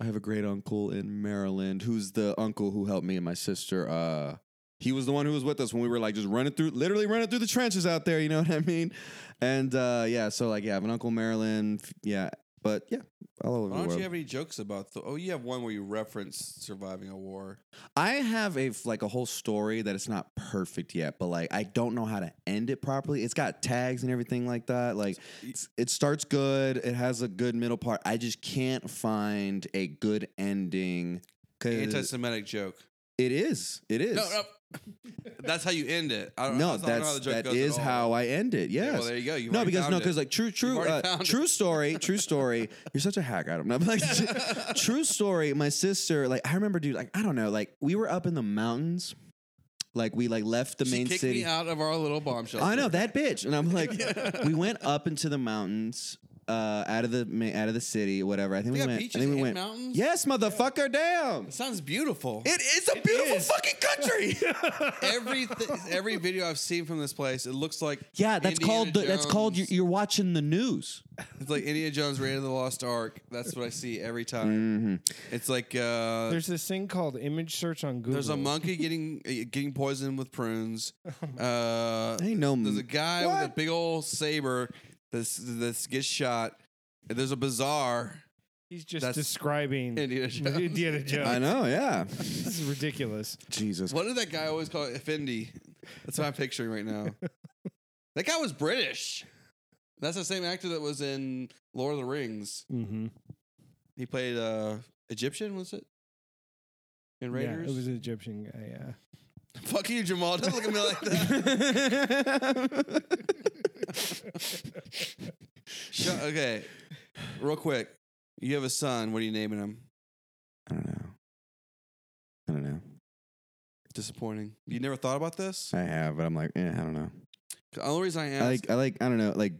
Speaker 3: I have a great uncle in Maryland who's the uncle who helped me and my sister. Uh, he was the one who was with us when we were like just running through, literally running through the trenches out there. You know what I mean? And uh, yeah, so like yeah, I have an uncle in Maryland. f- Yeah, but yeah, all over
Speaker 2: Why
Speaker 3: the
Speaker 2: don't
Speaker 3: world.
Speaker 2: you have any jokes about the? Oh, you have one where you reference surviving a war.
Speaker 3: I have a f- like a whole story that it's not perfect yet, but like I don't know how to end it properly. It's got tags and everything like that. Like it's- it starts good, it has a good middle part. I just can't find a good ending because
Speaker 2: Anti-Semitic joke.
Speaker 3: it is, it is.
Speaker 2: No, no. That's how you end it. I don't,
Speaker 3: No,
Speaker 2: I don't know how
Speaker 3: that's
Speaker 2: the joke
Speaker 3: that
Speaker 2: goes at
Speaker 3: is
Speaker 2: all.
Speaker 3: how I end it.
Speaker 2: Yeah,
Speaker 3: Yes.
Speaker 2: well, there you go. You've
Speaker 3: no,
Speaker 2: already
Speaker 3: because no,
Speaker 2: found it.
Speaker 3: because like true, true,
Speaker 2: already
Speaker 3: uh,
Speaker 2: found it.
Speaker 3: true story, true story. You're such a hack, Adam. No, but, like, true story. My sister, like, I remember, dude, like, I don't know, like, we were up in the mountains, like, we like left the
Speaker 2: she
Speaker 3: main
Speaker 2: kicked
Speaker 3: city.
Speaker 2: me out of our little bomb shelter.
Speaker 3: I know that bitch, and I'm like, we went up into the mountains, uh, out of the ma- out of the city, whatever. I think
Speaker 2: They
Speaker 3: we
Speaker 2: got
Speaker 3: went. I
Speaker 2: beaches
Speaker 3: think we
Speaker 2: and
Speaker 3: went.
Speaker 2: mountains.
Speaker 3: Yes, motherfucker, damn.
Speaker 2: It sounds beautiful.
Speaker 3: It is a beautiful fucking country.
Speaker 2: every every video I've seen from this place, it looks like
Speaker 3: yeah, that's
Speaker 2: Indiana
Speaker 3: called the, that's called you're,
Speaker 2: Jones.
Speaker 3: you're watching the news.
Speaker 2: It's like Indiana Jones Raid of the Lost Ark. That's what I see every time.
Speaker 3: Mm-hmm.
Speaker 2: It's like uh, there's,
Speaker 1: there's this thing called image search on Google.
Speaker 2: a monkey getting uh, getting poisoned with prunes. Uh,
Speaker 3: Ain't no
Speaker 2: There's a guy with a
Speaker 3: Oh What?
Speaker 2: big old saber that's this gets shot. And there's a bazaar.
Speaker 1: He's just
Speaker 2: That's-
Speaker 1: describing
Speaker 2: Indiana Jones.
Speaker 1: Indiana Jones.
Speaker 3: I know, yeah.
Speaker 1: This is ridiculous.
Speaker 3: Jesus.
Speaker 2: What did that guy always call it? Effendi. That's what I'm picturing right now. that guy was British. That's the same actor that was in Lord of the Rings.
Speaker 1: Mm-hmm.
Speaker 2: He played uh Egyptian, was it? In
Speaker 1: Yeah,
Speaker 2: Raiders?
Speaker 1: it was an Egyptian guy. Yeah.
Speaker 2: Fuck you, Jamal. Don't look at me like that. Sh- okay. Real quick. You have a son. What are you naming him?
Speaker 3: I don't know. I don't know.
Speaker 2: Disappointing. You never thought about this?
Speaker 3: I have, but I'm like, eh, I don't know.
Speaker 2: The only reason I
Speaker 3: I
Speaker 2: ask,
Speaker 3: like, I like, I don't know. Like,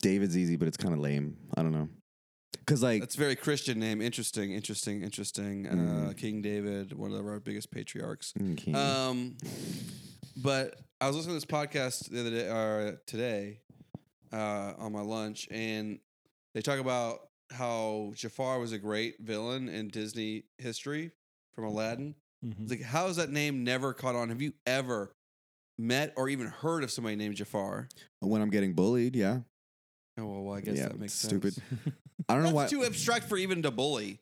Speaker 3: David's easy, but it's kind of lame. I don't know. Cause like,
Speaker 2: that's a very Christian name. Interesting, interesting, interesting. Uh,
Speaker 1: Mm-hmm.
Speaker 3: Mhm.
Speaker 2: King David, one of our biggest patriarchs.
Speaker 3: Okay.
Speaker 2: Um, but I was listening to this podcast the other day or today uh, on my lunch, and they talk about how Jafar was a great villain in Disney history from Aladdin. It's like, how is that name never caught on? Have you ever met or even heard of somebody named Jafar?
Speaker 3: when I'm getting bullied, yeah.
Speaker 2: Oh well, well, I guess
Speaker 3: Yeah,
Speaker 2: that makes
Speaker 3: stupid.
Speaker 2: sense.
Speaker 3: I don't know
Speaker 2: That's
Speaker 3: why.
Speaker 2: too abstract for even to bully.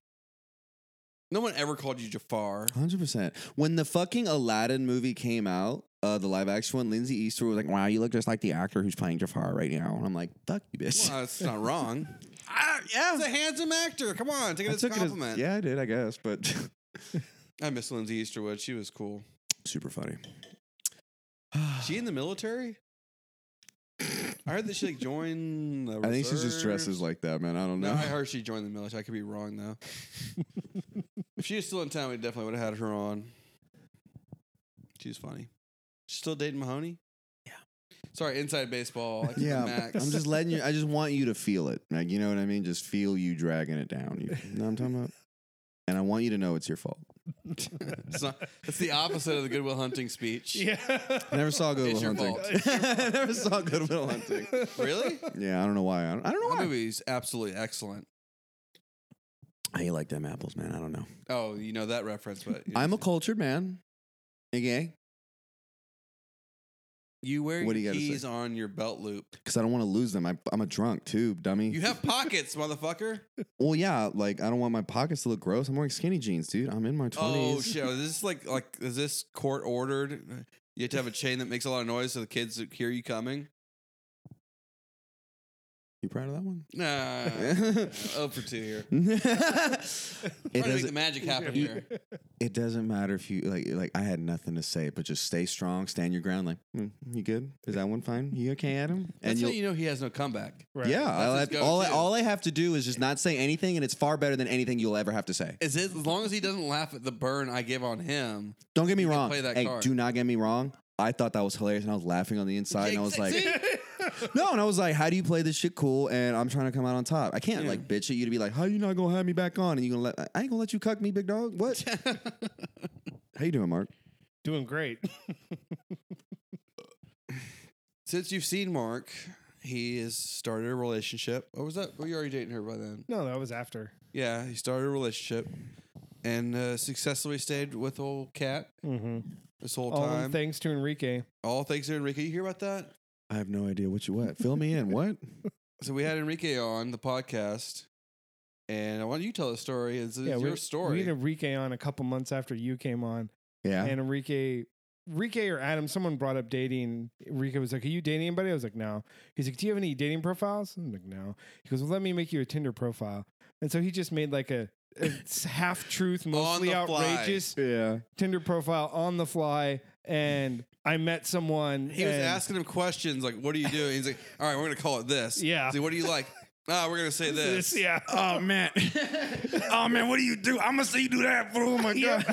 Speaker 2: No one ever called you Jafar.
Speaker 3: Hundred percent. When the fucking Aladdin movie came out, uh, the live action one, Lindsay Eastwood was like, "Wow, you look just like the actor who's playing Jafar right now," and I'm like, "Fuck you, bitch."
Speaker 2: Well, that's not wrong.
Speaker 3: Ah, yeah.
Speaker 2: He's a handsome actor. Come on, take it as a
Speaker 3: as-
Speaker 2: compliment.
Speaker 3: yeah, I did, I guess, but
Speaker 2: I miss Lindsay Easterwood. She was cool.
Speaker 3: super funny.
Speaker 2: She in the military? I heard that she like joined. The
Speaker 3: I think she just dresses
Speaker 2: reserves.
Speaker 3: like that, man. I don't
Speaker 2: No,
Speaker 3: know.
Speaker 2: I heard she joined the military. I could be wrong though. if she was still in town, we definitely would have had her on. She's funny. She's still dating Mahoney. Yeah. Sorry, inside baseball. Like yeah,
Speaker 3: yeah,
Speaker 2: Max.
Speaker 3: I'm just letting you. I just want you to feel it. Like you know what I mean. Just feel you dragging it down. You know what I'm talking about. And I want you to know it's your fault.
Speaker 1: Mm-hmm.
Speaker 2: It's, not, it's the opposite of the Goodwill Hunting speech.
Speaker 1: Yeah.
Speaker 3: I never saw Goodwill
Speaker 2: It's your
Speaker 3: Hunting.
Speaker 2: fault.
Speaker 3: I never saw Goodwill Hunting.
Speaker 2: Really?
Speaker 3: Yeah, I don't know why. I don't, I don't know
Speaker 2: That
Speaker 3: why.
Speaker 2: movie's absolutely excellent.
Speaker 3: I you like them apples, man. I don't know.
Speaker 2: Oh, you know that reference, but you
Speaker 3: I'm a cultured man. Okay,
Speaker 2: you wear
Speaker 3: What do you
Speaker 2: your
Speaker 3: gotta say?
Speaker 2: keys on your belt loop.
Speaker 3: because I don't want to lose them. I, I'm a drunk too, dummy.
Speaker 2: You have pockets, motherfucker.
Speaker 3: well, yeah, like I don't want my pockets to look gross. I'm wearing skinny jeans, dude. I'm in my 20s.
Speaker 2: Oh shit! Is this like like is this court ordered? You have to have a chain that makes a lot of noise so the kids hear you coming.
Speaker 3: You proud of that one?
Speaker 2: Nah, oh for two here.
Speaker 3: it
Speaker 2: Trying to make the
Speaker 3: doesn't.
Speaker 2: magic happen here.
Speaker 3: It doesn't matter if you like. Like I had nothing to say, but just stay strong, stand your ground. Like "Mm, you good? Is that one fine? You okay, Adam?
Speaker 2: That's how
Speaker 3: you'll-
Speaker 2: you know he has no comeback.
Speaker 1: Right.
Speaker 3: yeah, I'll
Speaker 2: his
Speaker 3: have, all I,
Speaker 2: go-to.
Speaker 3: all I have to do is just not say anything, and it's far better than anything you'll ever have to say.
Speaker 2: Is it as long as he doesn't laugh at the burn I give on him?
Speaker 3: Don't get me
Speaker 2: You can
Speaker 3: wrong.
Speaker 2: play that
Speaker 3: hey,
Speaker 2: card.
Speaker 3: do not get me wrong. I thought that was hilarious, and I was laughing on the inside, and I was like,
Speaker 2: See?
Speaker 3: No, and I was like, how do you play this shit cool? And I'm trying to come out on top. I can't
Speaker 2: Yeah.
Speaker 3: like bitch at you to be like, how you not gonna have me back on? And you gonna let I ain't gonna let you cuck me, big dog. What? how you doing, Mark?
Speaker 1: Doing great.
Speaker 2: Since you've seen Mark, he has started a relationship. Or was that? Were you already dating her by then?
Speaker 1: No, that was after.
Speaker 2: Yeah, he started a relationship and uh, successfully stayed with old cat
Speaker 1: Mm-hmm.
Speaker 2: this whole
Speaker 1: All
Speaker 2: time.
Speaker 1: thanks to Enrique.
Speaker 2: All thanks to Enrique. You hear about that?
Speaker 3: I have no idea what you what. Fill me in. What?
Speaker 2: So we had Enrique on the podcast, and I want you to tell the story. It's, it's
Speaker 1: we-
Speaker 2: your story.
Speaker 1: We had Enrique on a couple months after you came on,
Speaker 3: Yeah.
Speaker 1: and Enrique, Enrique or Adam, someone brought up dating. Enrique was like, "Are you dating anybody?" I was like, "No." He's like, "Do you have any dating profiles?" I'm like, "No." He goes, "Well, let me make you a Tinder profile." And so he just made like a, half truth, mostly
Speaker 2: the fly.
Speaker 1: outrageous
Speaker 3: yeah.
Speaker 1: Tinder profile on the fly, and I met someone.
Speaker 2: he was
Speaker 1: and-
Speaker 2: asking him questions like, "What do you do?" And he's like, "All right, we're gonna call it this."
Speaker 1: Yeah.
Speaker 2: He's like, what do you like? Ah, we're gonna say this.
Speaker 1: this, yeah.
Speaker 3: Oh man. oh man, what do you do? I'm gonna say you do that. Oh my god.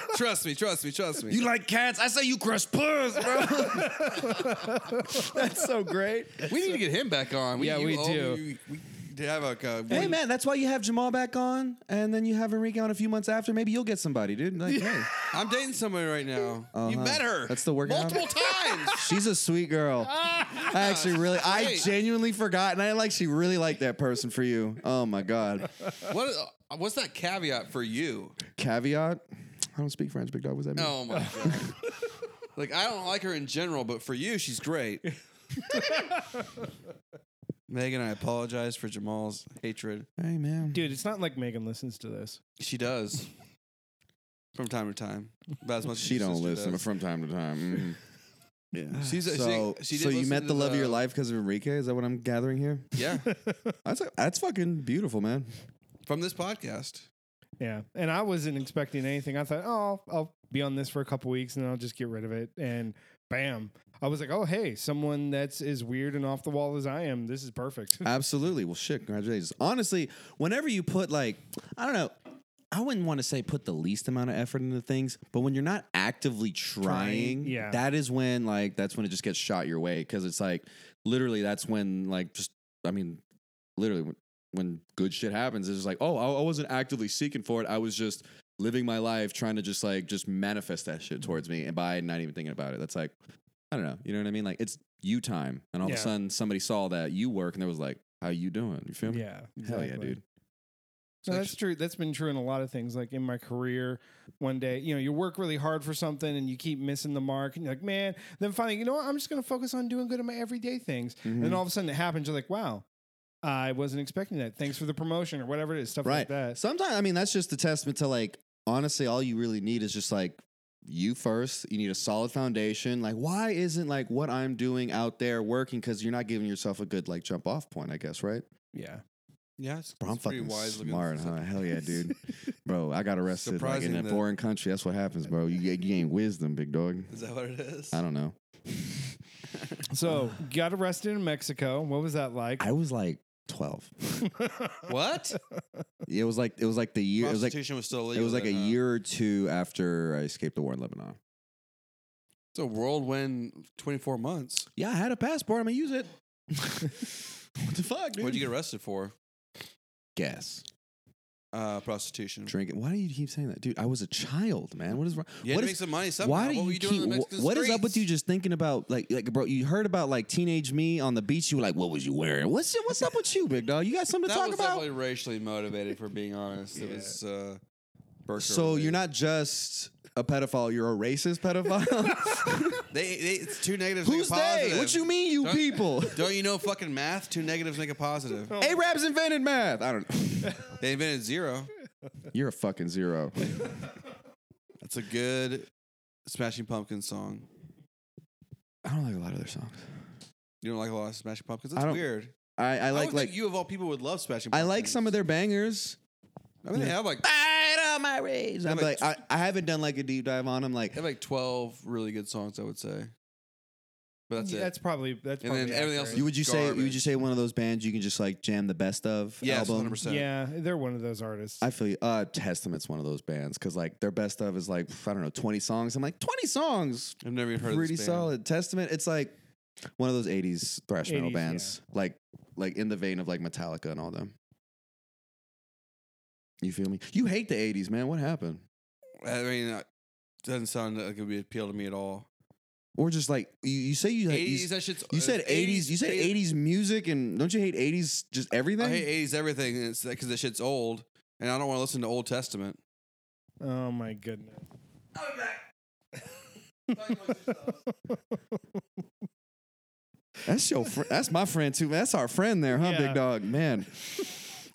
Speaker 2: Trust me. Trust me. Trust me.
Speaker 3: like cats? I say you crush puss, bro. That's so great.
Speaker 2: we need to get him back on.
Speaker 1: Yeah, we
Speaker 2: oh,
Speaker 1: do.
Speaker 2: We, we, to have like a
Speaker 3: Hey man, that's why you have Jamal back on, and then you have Enrique on a few months after. Maybe you'll get somebody, dude. Like, hey,
Speaker 2: I'm dating somebody right now. You
Speaker 3: Uh-huh.
Speaker 2: met her.
Speaker 3: That's the working
Speaker 2: multiple times.
Speaker 3: she's a sweet girl. I actually really, I
Speaker 2: Wait.
Speaker 3: genuinely forgot, and I like she really liked that person for you. Oh my god,
Speaker 2: what? uh, What's that caveat for you?
Speaker 3: caveat. I don't speak French, big dog. What's that mean?
Speaker 2: Oh my god. like I don't like her in general, but for you, she's great. Megan, I apologize for Jamal's hatred.
Speaker 3: Hey man,
Speaker 1: Dude, it's not like Megan listens to this.
Speaker 2: She does. From time to time. About as much as
Speaker 3: she
Speaker 2: your
Speaker 3: don't
Speaker 2: sister
Speaker 3: listen, but
Speaker 2: does.
Speaker 3: from time to time.
Speaker 2: Yeah. She's a,
Speaker 3: So,
Speaker 2: she, she did
Speaker 3: so you
Speaker 2: listen
Speaker 3: met
Speaker 2: to
Speaker 3: the love of your life because of Enrique? Is that what I'm gathering here?
Speaker 2: Yeah.
Speaker 3: That's that's fucking beautiful, man.
Speaker 2: From this podcast.
Speaker 1: Yeah, and I wasn't expecting anything. I thought, oh, I'll, I'll be on this for a couple weeks, and then I'll just get rid of it. And bam, I was like, oh, hey, someone that's as weird and off the wall as I am. This is perfect.
Speaker 3: Absolutely. Well, shit. Congratulations. Honestly, whenever you put like, I don't know. I wouldn't want to say put the least amount of effort into things, but when you're not actively trying,
Speaker 1: Trying, yeah.
Speaker 3: that is when like that's when it just gets shot your way because it's like literally that's when like just I mean literally when, when good shit happens it's just like oh I, I wasn't actively seeking for it I was just living my life trying to just like just manifest that shit towards me and by not even thinking about it that's like I don't know you know what I mean like it's you time and all of
Speaker 1: Yeah.
Speaker 3: a sudden somebody saw that you work and they was like how you doing you feel me
Speaker 1: yeah,
Speaker 3: hell yeah
Speaker 1: exactly.
Speaker 3: dude
Speaker 1: No, that's true. That's been true in a lot of things. Like in my career, one day, you know, you work really hard for something and you keep missing the mark, and you're like, man. Then finally, you know what? I'm just going to focus on doing good in my everyday things.
Speaker 2: Mm-hmm.
Speaker 1: And then all of a sudden, it happens. You're like, wow, I wasn't expecting that. Thanks for the promotion or whatever it is, stuff like
Speaker 3: right
Speaker 1: that.
Speaker 3: sometimes i mean that's just a testament to like honestly all you really need is just like you first you need a solid foundation like why isn't like what i'm doing out there working because you're not giving yourself a good like jump off point i guess right
Speaker 1: Yeah,
Speaker 2: Yeah, it's,
Speaker 3: bro i'm
Speaker 2: it's pretty
Speaker 3: fucking
Speaker 2: wise looking
Speaker 3: smart
Speaker 2: for some-
Speaker 3: huh hell yeah dude bro i got arrested like
Speaker 2: Surprising
Speaker 3: in a
Speaker 2: that-
Speaker 3: foreign country that's what happens bro you, you gain wisdom big dog
Speaker 2: Is that what it is?
Speaker 3: i don't know
Speaker 1: So got arrested in Mexico. What was that like?
Speaker 3: I was like 12.
Speaker 2: what?
Speaker 3: It was like it was like the year it was like
Speaker 2: Prostitution was still
Speaker 3: it
Speaker 2: illegal.
Speaker 3: was like a
Speaker 2: then, huh?
Speaker 3: year or two after I escaped the war in Lebanon.
Speaker 2: It's a whirlwind. Twenty four months.
Speaker 3: Yeah, I had a passport. I'm gonna use it. what the fuck, dude?
Speaker 2: What'd you get arrested for?
Speaker 3: Guess
Speaker 2: Uh, prostitution.
Speaker 3: drinking. Why do you keep saying that, dude? I was a child, man. What is wrong?
Speaker 2: You had
Speaker 3: what
Speaker 2: to
Speaker 3: is-
Speaker 2: make some money somehow.
Speaker 3: why do
Speaker 2: what
Speaker 3: you
Speaker 2: were you doing
Speaker 3: keep?
Speaker 2: in the
Speaker 3: wh-
Speaker 2: Mexican
Speaker 3: what is up with you
Speaker 2: streets?
Speaker 3: just thinking about like like bro? You heard about like teenage me on the beach. You were like, what was you wearing? What's what's up with you, big dog? You got something to
Speaker 2: That
Speaker 3: talk
Speaker 2: was
Speaker 3: about?
Speaker 2: definitely racially motivated. For being honest, it was. Uh, Berker
Speaker 3: So
Speaker 2: related.
Speaker 3: you're not just a pedophile. You're a racist pedophile.
Speaker 2: They, they it's two negatives
Speaker 3: Who's
Speaker 2: make a positive.
Speaker 3: they? What you mean, you
Speaker 2: Don't-
Speaker 3: people?
Speaker 2: Don't you know fucking math? Two negatives make a positive.
Speaker 3: Arabs invented math. I don't know.
Speaker 2: They invented zero.
Speaker 3: You're a fucking zero.
Speaker 2: That's a good Smashing Pumpkins song.
Speaker 3: I don't like a lot of their songs.
Speaker 2: You don't like a lot of Smashing Pumpkins?
Speaker 3: I
Speaker 2: That's
Speaker 3: don't-
Speaker 2: weird.
Speaker 3: I, I
Speaker 2: would
Speaker 3: like
Speaker 2: think
Speaker 3: like
Speaker 2: Oh, you of all people would love Smashing
Speaker 3: I
Speaker 2: Pumpkins.
Speaker 3: like some of their bangers.
Speaker 2: I mean, they have like
Speaker 3: Right on my rage. I'm
Speaker 2: Yeah,
Speaker 3: like
Speaker 2: but-
Speaker 3: I, I haven't done like a deep dive on them.
Speaker 2: they
Speaker 3: Like
Speaker 2: have like twelve really good songs. I would say, but that's
Speaker 1: Yeah,
Speaker 2: it.
Speaker 1: that's probably that's
Speaker 2: And
Speaker 1: probably
Speaker 2: then everything else
Speaker 1: accurate.
Speaker 3: you would you say would you
Speaker 2: Garbage.
Speaker 3: say one of those bands you can just like jam the best of
Speaker 2: yes, one
Speaker 3: album?
Speaker 2: hundred percent.
Speaker 1: yeah, they're one of those artists.
Speaker 3: I feel you. Uh, Testament's one of those bands because like their best of is like I don't know twenty songs. I'm like twenty songs,
Speaker 2: I've never even heard
Speaker 3: pretty
Speaker 2: of this band.
Speaker 3: solid. Testament, it's like one of those '80s thrash metal
Speaker 1: 80s,
Speaker 3: bands, like like in the vein of like Metallica and all them. You feel me? You hate the '80s, man. What happened?
Speaker 2: I mean, it doesn't sound like it would be appeal to me at all.
Speaker 3: Or just like you, you say you like, you-
Speaker 2: Eighties, that shit's uh,
Speaker 3: You said 80s. You said 80s music, and don't you hate 80s just everything?
Speaker 2: I hate eighties everything, and it's because the shit's old, and I don't want to listen to Old Testament.
Speaker 1: oh my goodness.
Speaker 3: That's your. Fr- that's my friend too. man. That's our friend there, huh,
Speaker 1: Yeah.
Speaker 3: big dog? Man,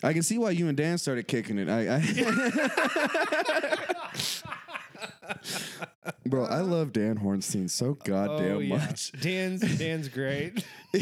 Speaker 3: I can see why you and Dan started kicking it. I, I bro, I love Dan Hornstein so goddamn
Speaker 1: Oh, yeah.
Speaker 3: much
Speaker 1: Dan's Dan's great.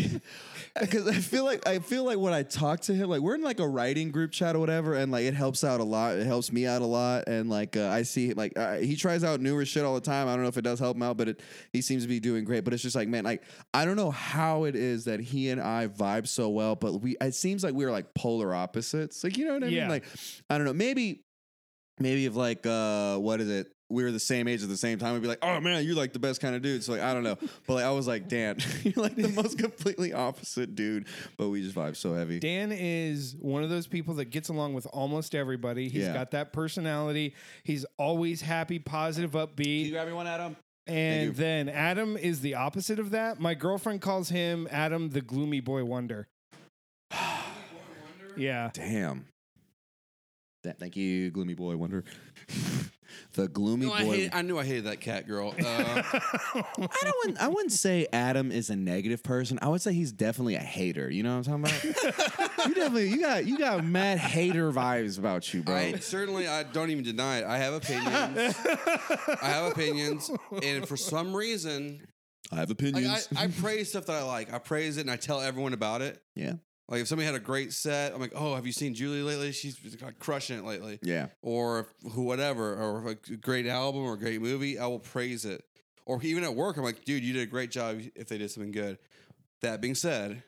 Speaker 3: because I feel like I feel like when I talk to him, like we're in like a writing group chat or whatever, and like it helps out a lot. It helps me out a lot, and like uh, I see like uh, he tries out newer shit all the time. I don't know if it does help him out, but it he seems to be doing great. But it's just like man, like I don't know how it is that he and I vibe so well, but we it seems like we're like polar opposites. Like you know what I
Speaker 1: Yeah.
Speaker 3: mean? Like I don't know, maybe maybe if like uh what is it we were the same age at the same time we'd be like oh man you're like the best kind of dude so like i don't know but like i was like dan you're like the most completely opposite dude but we just vibe so heavy
Speaker 1: Dan is one of those people that gets along with almost everybody. He's
Speaker 3: Yeah.
Speaker 1: got that personality. He's always happy, positive, upbeat.
Speaker 2: grab me one, Adam?
Speaker 1: And then Adam is the opposite of that. My girlfriend calls him Adam the gloomy boy wonder. yeah.
Speaker 3: damn that, thank you gloomy boy wonder the gloomy
Speaker 2: No, I,
Speaker 3: boy
Speaker 2: hated, I knew I hated that cat girl. Uh,
Speaker 3: I don't. wouldn't- I wouldn't say Adam is a negative person. I would say he's definitely a hater. You know what I'm talking about? you definitely. You got. You got mad hater vibes about you, bro.
Speaker 2: I certainly, I don't even deny it. I have opinions. I have opinions, and for some reason,
Speaker 3: I have
Speaker 2: like
Speaker 3: opinions.
Speaker 2: I, I praise stuff that I like. I praise it, and I tell everyone about it.
Speaker 3: yeah.
Speaker 2: Like if somebody had a great set, I'm like, oh, have you seen Julie lately? She's like crushing it lately.
Speaker 3: Yeah.
Speaker 2: Or if- who, whatever, or if a great album or a great movie, I will praise it. Or even at work, I'm like, dude, you did a great job. If they did something good. That being said,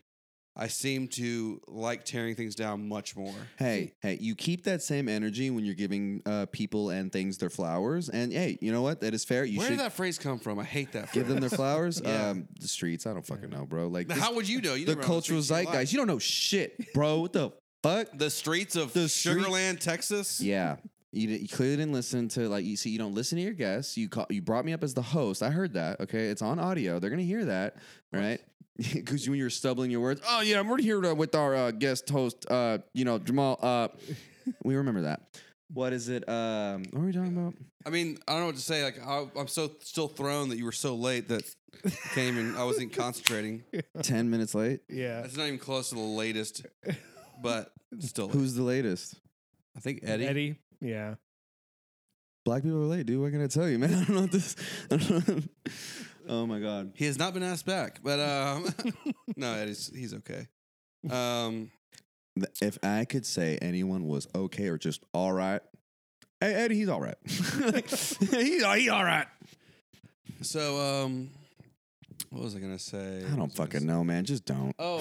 Speaker 2: I seem to like tearing things down much more.
Speaker 3: Hey, hey, you keep that same energy when you're giving uh, people and things their flowers. And hey, you know what? That is fair. You
Speaker 2: Where
Speaker 3: should
Speaker 2: did that phrase come from? I hate that.
Speaker 3: give them their flowers.
Speaker 2: Yeah.
Speaker 3: um, the streets, I don't fucking know, bro. Like
Speaker 2: phrase.
Speaker 3: this-
Speaker 2: How would you know? You
Speaker 3: the
Speaker 2: never were on
Speaker 3: cultural
Speaker 2: streets of your life.
Speaker 3: zeitgeist. You don't know shit, bro. What the fuck?
Speaker 2: The streets of
Speaker 3: The street-
Speaker 2: Sugarland, Texas.
Speaker 3: Yeah. You, di- you clearly didn't listen to like you see you don't listen to your guests. You call, you brought me up as the host. I heard that. Okay, it's on audio. They're gonna hear that, right? Because when you're stumbling your words, oh yeah, we're here to, with our uh, guest host, uh, you know Jamal. Uh, we remember that. What is it? Um, what are we talking about?
Speaker 2: I mean, I don't know what to say. Like, I, I'm so still thrown that you were so late that you came and I wasn't concentrating.
Speaker 3: Ten minutes late.
Speaker 1: Yeah.
Speaker 2: That's not even close to the latest, but still,
Speaker 3: Who's the latest?
Speaker 2: I think Eddie.
Speaker 1: Eddie. Yeah.
Speaker 3: Black people are late, dude. What can I tell you, man? I don't know what this. I don't know. oh my god.
Speaker 2: He has not been asked back, but um, no, Eddie's he's okay. Um,
Speaker 3: Th- If I could say anyone was okay or just all right, hey, Eddie, he's all right. he's he all right.
Speaker 2: so um, what What was I gonna say?
Speaker 3: I don't fucking know, man. Just don't.
Speaker 2: Oh.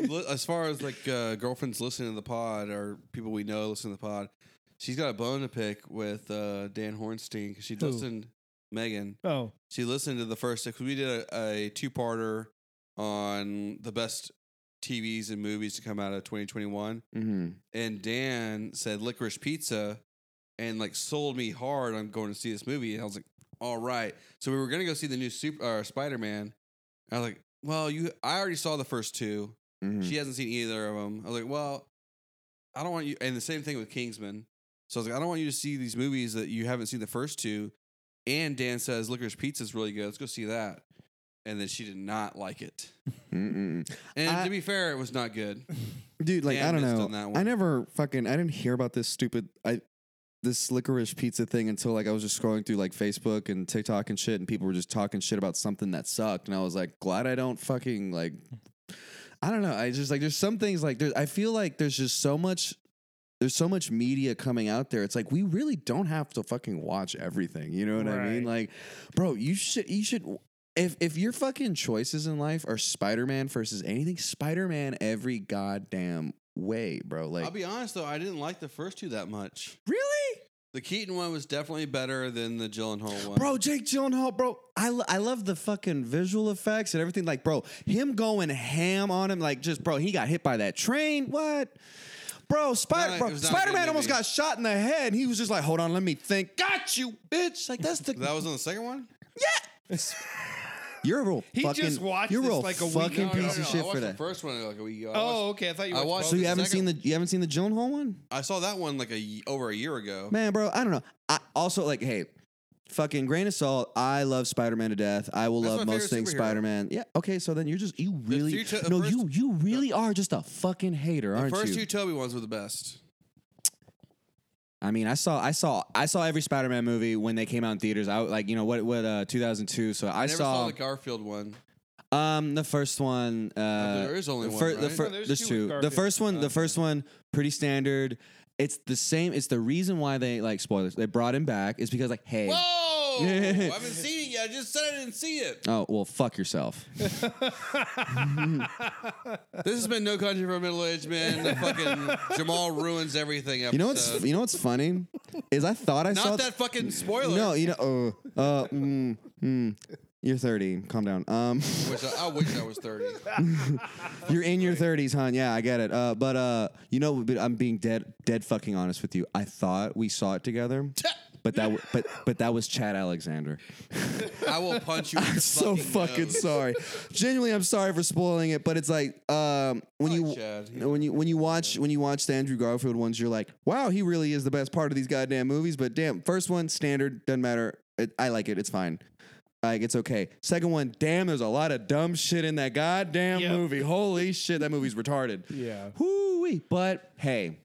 Speaker 2: Li- as far as like uh, girlfriends listening to the pod or people we know listening to the pod, she's got a bone to pick with uh, Dan Hornstein because she
Speaker 1: Who?
Speaker 2: listened. Megan,
Speaker 1: Oh,
Speaker 2: she listened to the first because we did a, a two-parter on the best TVs and movies to come out of 2021,
Speaker 3: hmm
Speaker 2: and Dan said Licorice Pizza, and like sold me hard on going to see this movie, and I was like, all right. So we were gonna go see the new Super uh, Spider Man. I was like, well, you, I already saw the first two.
Speaker 3: hmm
Speaker 2: She hasn't seen either of them. I was like, well, I don't want you. And the same thing with Kingsman. So I was like, I don't want you to see these movies that you haven't seen the first two. And Dan says Licorice Pizza is really good. Let's go see that. And then she did not like it.
Speaker 3: Mm-mm.
Speaker 2: And
Speaker 3: I-
Speaker 2: to be fair, it was not good.
Speaker 3: Dude, like
Speaker 2: Dan
Speaker 3: I don't
Speaker 2: missed
Speaker 3: know.
Speaker 2: on that one.
Speaker 3: I never fucking I didn't hear about this stupid I this licorice pizza thing until like I was just scrolling through like Facebook and TikTok and shit and people were just talking shit about something that sucked and I was like glad I don't fucking like I don't know. I just like there's some things like there I feel like there's just so much there's so much media coming out there. It's like we really don't have to fucking watch everything. You know what I mean? Like, bro, you should you should if if your fucking choices in life are Spider-Man versus anything, Spider-Man every goddamn way, bro. Like
Speaker 2: I'll be honest though, I didn't like the first two that much.
Speaker 3: Really?
Speaker 2: The Keaton one was definitely better than the Gyllenhaal one.
Speaker 3: Bro, Jake Gyllenhaal, bro, I, lo- I love the fucking visual effects and everything. Like, bro, him going ham on him, like, just, bro, he got hit by that train. What? Bro,
Speaker 2: No,
Speaker 3: Spider
Speaker 2: it
Speaker 3: bro,
Speaker 2: was not a good
Speaker 3: Spider Man almost
Speaker 2: movie.
Speaker 3: got shot in the head. And he was just like, hold on, let me think. Got you, bitch. Like, that's the.
Speaker 2: that was on the second one.
Speaker 3: you're a real
Speaker 1: He
Speaker 3: fucking.
Speaker 1: just watched
Speaker 3: you're
Speaker 1: this
Speaker 3: real
Speaker 1: like a week
Speaker 3: fucking
Speaker 1: ago.
Speaker 3: piece
Speaker 1: No,
Speaker 3: of
Speaker 1: no,
Speaker 2: I
Speaker 3: shit
Speaker 2: watched
Speaker 3: for
Speaker 2: the
Speaker 3: that.
Speaker 2: first one like a week ago. I
Speaker 1: oh, okay. I thought you.
Speaker 2: I
Speaker 1: Watched
Speaker 2: watched
Speaker 1: both.
Speaker 3: So you
Speaker 2: the
Speaker 3: haven't
Speaker 2: second-
Speaker 3: seen the you haven't seen the Gyllenhaal one?
Speaker 2: watched- I saw that one like a y- over a year ago.
Speaker 3: Man, bro, I don't know. I also like, hey, fucking grain of salt. I love Spider Man to death. I will
Speaker 2: That's
Speaker 3: love
Speaker 2: my
Speaker 3: most
Speaker 2: favorite
Speaker 3: things
Speaker 2: superhero.
Speaker 3: Spider Man. Yeah. Okay. So then you're just you really
Speaker 2: future- the
Speaker 3: no
Speaker 2: first-
Speaker 3: you you really are just a fucking hater,
Speaker 2: the
Speaker 3: aren't
Speaker 2: first
Speaker 3: you?
Speaker 2: two Toby ones were the best.
Speaker 3: I mean, I saw I saw I saw every Spider Man movie when they came out in theaters. I like you know what what uh 2002. So I,
Speaker 2: I, never saw,
Speaker 3: saw,
Speaker 2: the Garfield one.
Speaker 3: um the first one. Uh,
Speaker 2: Oh, there is only
Speaker 3: the
Speaker 2: one,
Speaker 3: fir- The
Speaker 2: right?
Speaker 3: fir-
Speaker 1: No, there's
Speaker 3: there's
Speaker 1: two
Speaker 3: two.
Speaker 1: with
Speaker 3: The
Speaker 1: Garfield.
Speaker 3: first one,
Speaker 2: Okay.
Speaker 3: the first one, pretty standard. It's the same. It's the reason why they like spoilers. They brought him back is because like, hey,
Speaker 2: Whoa!
Speaker 3: I haven't
Speaker 2: haven't seen it yet. I just said I didn't see it.
Speaker 3: oh well, fuck yourself.
Speaker 2: This has been No Country for Middle Aged Men. The fucking Jamal ruins everything. Episode.
Speaker 3: You know what's you know what's funny is I thought I
Speaker 2: Not
Speaker 3: saw
Speaker 2: that fucking spoiler.
Speaker 3: no you know uh, uh mm, mm, you're 30 calm down um
Speaker 2: Wish I, I wish I was thirty.
Speaker 3: you're in your 30s hon yeah I get it uh but uh you know but I'm being dead dead fucking honest with you I thought we saw it together but that w- but but that was Chad Alexander
Speaker 2: I will punch you. in
Speaker 3: I'm
Speaker 2: the
Speaker 3: so fucking
Speaker 2: nose.
Speaker 3: sorry genuinely I'm sorry for spoiling it but it's like um when
Speaker 2: I
Speaker 3: you
Speaker 2: like Chad. He's
Speaker 3: when you when you watch when you watch the Andrew Garfield ones, you're like, wow, he really is the best part of these goddamn movies. But damn, first one standard doesn't matter. It, I like it. It's fine. Like it's okay. Second one, damn, there's a lot of dumb shit in that goddamn
Speaker 1: Yep.
Speaker 3: movie. Holy shit, that movie's retarded.
Speaker 1: yeah.
Speaker 3: Hoo-wee. But hey,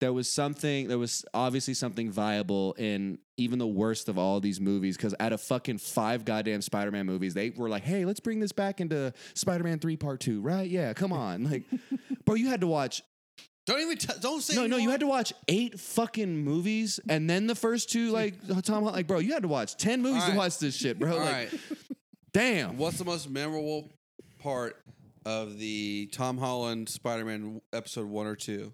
Speaker 3: there was something. There was obviously something viable in even the worst of all these movies. Because out of fucking five goddamn Spider-Man movies, they were like, "Hey, let's bring this back into Spider-Man Three Part Two, right? Yeah, come on, like, bro, you had to watch
Speaker 2: Don't even t- don't say
Speaker 3: no, no, you had to watch eight fucking movies, and then the first two, like Tom, Holland- like bro, you had to watch ten movies
Speaker 2: All right.
Speaker 3: to watch this shit, bro.
Speaker 2: All
Speaker 3: like,
Speaker 2: right.
Speaker 3: damn.
Speaker 2: What's the most memorable part of the Tom Holland Spider Man episode one or two?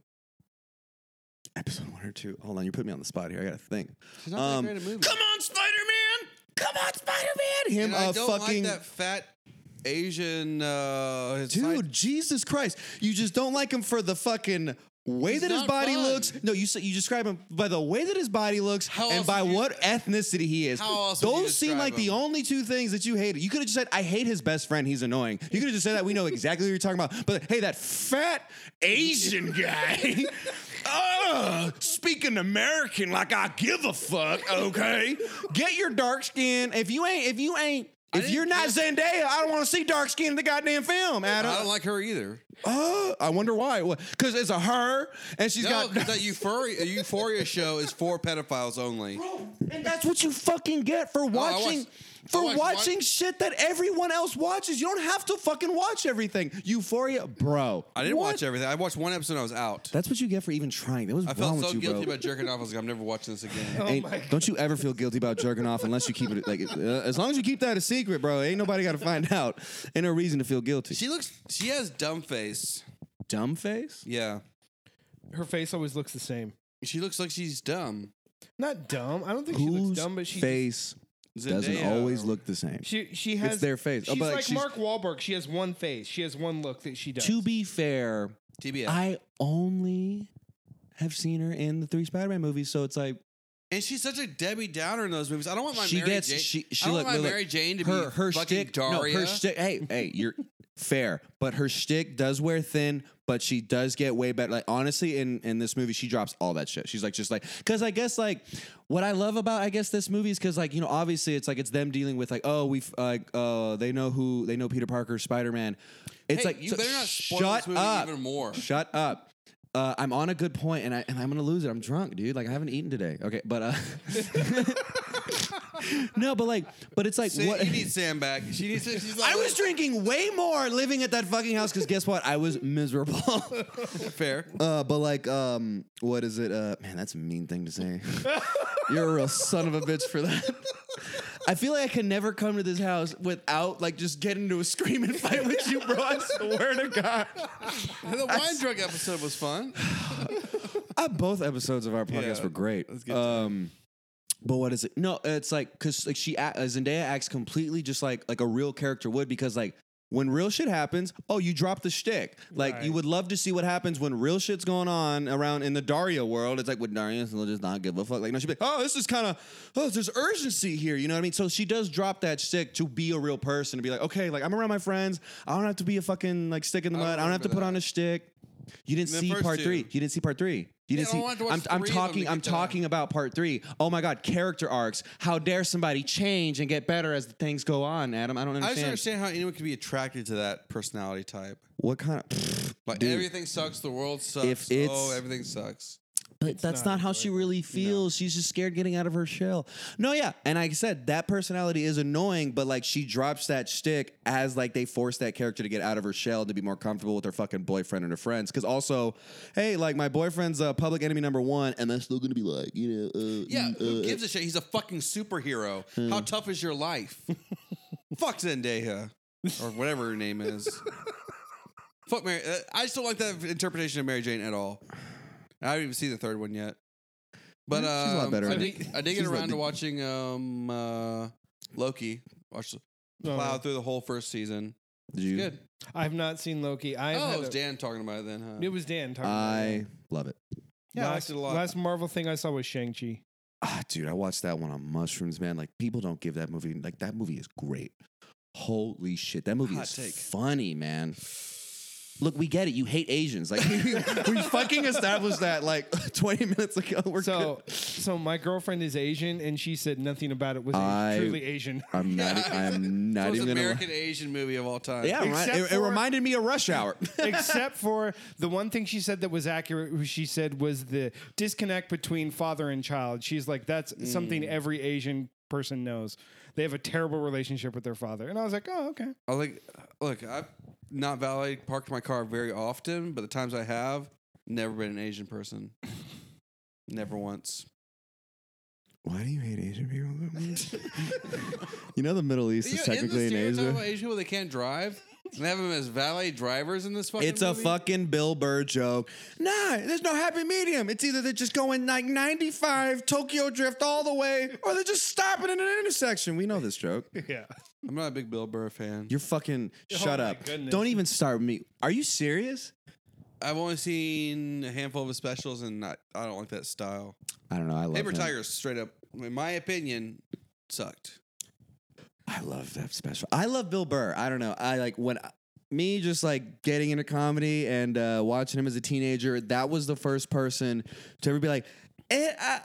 Speaker 3: Episode one or two. Hold on, you put me on the spot here. I gotta think.
Speaker 2: It's not that
Speaker 3: Um,
Speaker 2: great a movie.
Speaker 3: Come on, Spider Man! Come on, Spider Man! Him,
Speaker 2: And I
Speaker 3: uh,
Speaker 2: don't
Speaker 3: fucking
Speaker 2: like that fat Asian uh, his
Speaker 3: dude,
Speaker 2: side-
Speaker 3: Jesus Christ! You just don't like him for the fucking. Way
Speaker 2: He's
Speaker 3: that his
Speaker 2: not
Speaker 3: body
Speaker 2: fun.
Speaker 3: looks. No, you say, you describe him by the way that his body looks
Speaker 2: How
Speaker 3: and
Speaker 2: else
Speaker 3: by
Speaker 2: would you-
Speaker 3: what ethnicity he is.
Speaker 2: How else would you
Speaker 3: Those seem
Speaker 2: describe
Speaker 3: like the
Speaker 2: him?
Speaker 3: only two things that you hated. You could have just said, "I hate his best friend. He's annoying." You could have just said that. We know exactly what you're talking about. But hey, that fat Asian guy. Ugh, speaking American like I give a fuck. Okay, get your dark skin. If you ain't, if you ain't. If
Speaker 2: didn't
Speaker 3: you're not Zendaya, I don't want to see dark skin in the goddamn film,
Speaker 2: I
Speaker 3: Adam.
Speaker 2: don't like her either.
Speaker 3: Oh, I wonder why. Because it's a her, and she's
Speaker 2: No,
Speaker 3: got.
Speaker 2: because that euphoria, euphoria show is for pedophiles only.
Speaker 3: and that's what you fucking get for
Speaker 2: Oh, I
Speaker 3: watching.
Speaker 2: watched-
Speaker 3: for
Speaker 4: watched-
Speaker 3: watching shit that everyone else watches. You don't have to fucking watch everything. Euphoria, bro.
Speaker 2: I didn't
Speaker 3: What?
Speaker 2: watch everything. I watched one episode. and I was out.
Speaker 3: That's what you get for even trying. That was
Speaker 2: I
Speaker 3: wrong
Speaker 2: felt
Speaker 3: with
Speaker 2: so
Speaker 3: you,
Speaker 2: guilty
Speaker 3: bro. Oh.
Speaker 2: about Oh jerking off. I was like, I'm never watching this again.
Speaker 3: Ain't- don't you ever feel guilty about jerking off unless you keep it like uh, as long as you keep that a secret, bro. Ain't nobody got to find out. Ain't no reason to feel guilty.
Speaker 2: She looks. She has dumb face.
Speaker 3: dumb face.
Speaker 2: Yeah,
Speaker 1: Her face always looks the same.
Speaker 2: she looks like she's dumb.
Speaker 1: Not dumb. I don't think she
Speaker 3: Whose
Speaker 1: looks dumb, but she
Speaker 3: face doesn't
Speaker 2: Zendaya.
Speaker 3: always look the same.
Speaker 1: she she has
Speaker 3: their face. Oh,
Speaker 1: She's
Speaker 3: but, like,
Speaker 1: like
Speaker 3: she's-
Speaker 1: Mark Wahlberg. She has one face. She has one look that she does.
Speaker 3: To be fair,
Speaker 2: TBS.
Speaker 3: I only have seen her in the three Spider-Man movies, so it's like
Speaker 2: and she's such a Debbie Downer in those movies. I don't want my
Speaker 3: she
Speaker 2: Mary
Speaker 3: gets
Speaker 2: Jane.
Speaker 3: she she
Speaker 2: I don't
Speaker 3: look,
Speaker 2: want my
Speaker 3: look,
Speaker 2: Mary Jane to
Speaker 3: her
Speaker 2: be
Speaker 3: her
Speaker 2: fucking
Speaker 3: shtick.
Speaker 2: Daria.
Speaker 3: No, her shtick. Hey, hey, you're fair, but her shtick does wear thin. But she does get way better. Like honestly, in in this movie, she drops all that shit. She's like just like because I guess like what I love about I guess this movie is because like you know obviously it's like it's them dealing with like oh we've like uh, they know who they know Peter Parker Spider Man. It's
Speaker 2: Hey,
Speaker 3: like
Speaker 2: you
Speaker 3: so
Speaker 2: better not spoil
Speaker 3: shut
Speaker 2: this movie
Speaker 3: up.
Speaker 2: even more.
Speaker 3: Shut up. Uh, I'm on a good point, and I and I'm gonna lose it. I'm drunk, dude. Like I haven't eaten today. Okay, but uh, no, but like, but it's like
Speaker 2: Sam,
Speaker 3: what.
Speaker 2: You need Sam back. She needs. To, she's like,
Speaker 3: I was drinking way more living at that fucking house because guess what? I was miserable.
Speaker 2: fair.
Speaker 3: uh, but like, um, what is it? Uh, man, that's a mean thing to say. You're a real son of a bitch for that. I feel like I can never come to this house without like just getting into a screaming fight with you, bro. I swear to God.
Speaker 2: And the wine drug episode was fun.
Speaker 3: Uh, both episodes of our podcast
Speaker 2: Yeah,
Speaker 3: were great.
Speaker 2: that's good
Speaker 3: Um, but what is it? No, it's like because like she act, uh, Zendaya acts completely just like like a real character would because like when real shit happens, oh you drop the shtick. Like you
Speaker 1: Right.
Speaker 3: would love to see what happens when real shit's going on around in the Daria world. It's like with Daria, they'll just not give a fuck. Like no, she'd be like, oh this is kind of oh there's urgency here. You know what I mean? So she does drop that shtick to be a real person to be like okay like I'm around my friends. I don't have to be a fucking like stick in the
Speaker 2: I
Speaker 3: mud. I don't have to
Speaker 2: remember
Speaker 3: put
Speaker 2: that.
Speaker 3: on a shtick. You didn't
Speaker 2: The
Speaker 3: see
Speaker 2: first
Speaker 3: part
Speaker 2: two.
Speaker 3: three. You didn't see part three. You
Speaker 2: Yeah,
Speaker 3: didn't
Speaker 2: I
Speaker 3: see.
Speaker 2: wanted to watch
Speaker 3: I'm, I'm
Speaker 2: three of them
Speaker 3: talking.
Speaker 2: to
Speaker 3: I'm
Speaker 2: get to that.
Speaker 3: talking about part three. Oh my god, character arcs. How dare somebody change and get better as the things go on, Adam? I don't
Speaker 2: I just
Speaker 3: understand.
Speaker 2: don't understand how anyone could be attracted to that personality type.
Speaker 3: What kind of?
Speaker 2: Like
Speaker 3: Dude.
Speaker 2: everything sucks. The world sucks.
Speaker 3: If it's-
Speaker 2: oh, everything sucks.
Speaker 3: But that's not,
Speaker 1: not
Speaker 3: how she really feels. She's just scared getting out of her shell. No, yeah. And I said that personality is annoying, but like she drops that shtick as like they force that character to get out of her shell to be more comfortable with her fucking boyfriend and her friends. Because also, hey, like my boyfriend's uh, public enemy number one, and that's still gonna be like, you know, uh,
Speaker 2: Yeah,
Speaker 3: mm,
Speaker 2: who
Speaker 3: uh, hmm.
Speaker 2: gives a shit? He's a fucking superhero. How tough is your life? Fuck Zendaya or whatever her name is. Fuck Mary. Uh, I just don't like that interpretation of Mary Jane at all. I haven't even seen the third one yet. But
Speaker 3: Yeah, she's a lot
Speaker 2: um,
Speaker 3: better
Speaker 2: I
Speaker 3: at
Speaker 2: did, I did get
Speaker 3: She's a lot
Speaker 2: around to
Speaker 3: di-
Speaker 2: watching um, uh, Loki. Watched
Speaker 1: Oh,
Speaker 2: plowed through the whole first season.
Speaker 3: Did you-
Speaker 2: Good.
Speaker 1: I've not seen Loki. I
Speaker 2: oh,
Speaker 1: had
Speaker 2: it was
Speaker 1: a-
Speaker 2: Dan talking about it then, huh?
Speaker 1: It was Dan. Talking about it.
Speaker 3: I love it.
Speaker 2: yeah, I
Speaker 1: last,
Speaker 2: liked it a lot.
Speaker 1: Last Marvel thing I saw was Shang Chi.
Speaker 3: Ah, dude, I watched that one on mushrooms, man. Like people don't give that movie. Like that movie is great. Holy shit, that movie
Speaker 2: Hot
Speaker 3: is
Speaker 2: take.
Speaker 3: funny, man. Look, we get it. You hate Asians. Like we fucking established that like 20 minutes ago. We're
Speaker 1: so,
Speaker 3: good.
Speaker 1: so my girlfriend is Asian, and she said nothing about it was
Speaker 3: I-
Speaker 1: truly Asian.
Speaker 3: I'm not.
Speaker 2: Yeah.
Speaker 3: I'm not
Speaker 2: Most
Speaker 3: even gonna.
Speaker 2: American Asian movie of all time.
Speaker 3: Yeah, right.
Speaker 1: Except
Speaker 3: It, it
Speaker 1: for-
Speaker 3: reminded me of Rush Hour.
Speaker 1: Except for the one thing she said that was accurate, who she said was the disconnect between father and child. She's like, that's
Speaker 3: Mm.
Speaker 1: something every Asian person knows. They have a terrible relationship with their father. And I was like, oh, okay.
Speaker 2: I like look, I've not valet parked my car very often, but the times I have, never been an Asian person. never once.
Speaker 3: Why do you hate Asian people? you know the Middle East
Speaker 2: You know, isn't the stereotype about Asian people they can't drive? And they have them as valet drivers in this fucking
Speaker 3: It's a
Speaker 2: movie?
Speaker 3: fucking Bill Burr joke. Nah, there's no happy medium. It's either they're just going like 95 Tokyo Drift all the way, or they're just stopping at an intersection. We know this joke.
Speaker 1: Yeah.
Speaker 2: I'm not a big Bill Burr fan.
Speaker 3: You're fucking shut
Speaker 1: my
Speaker 3: up.
Speaker 1: goodness.
Speaker 3: Don't even start with me. Are you serious?
Speaker 2: I've only seen a handful of his specials and I, I don't like that style.
Speaker 3: I don't know. I love
Speaker 2: Paper
Speaker 3: him.
Speaker 2: Tigers straight up in my opinion sucked.
Speaker 3: I love that special. I love Bill Burr. I don't know. I like when me just like getting into comedy and uh, watching him as a teenager. That was the first person to ever be like, eh, I,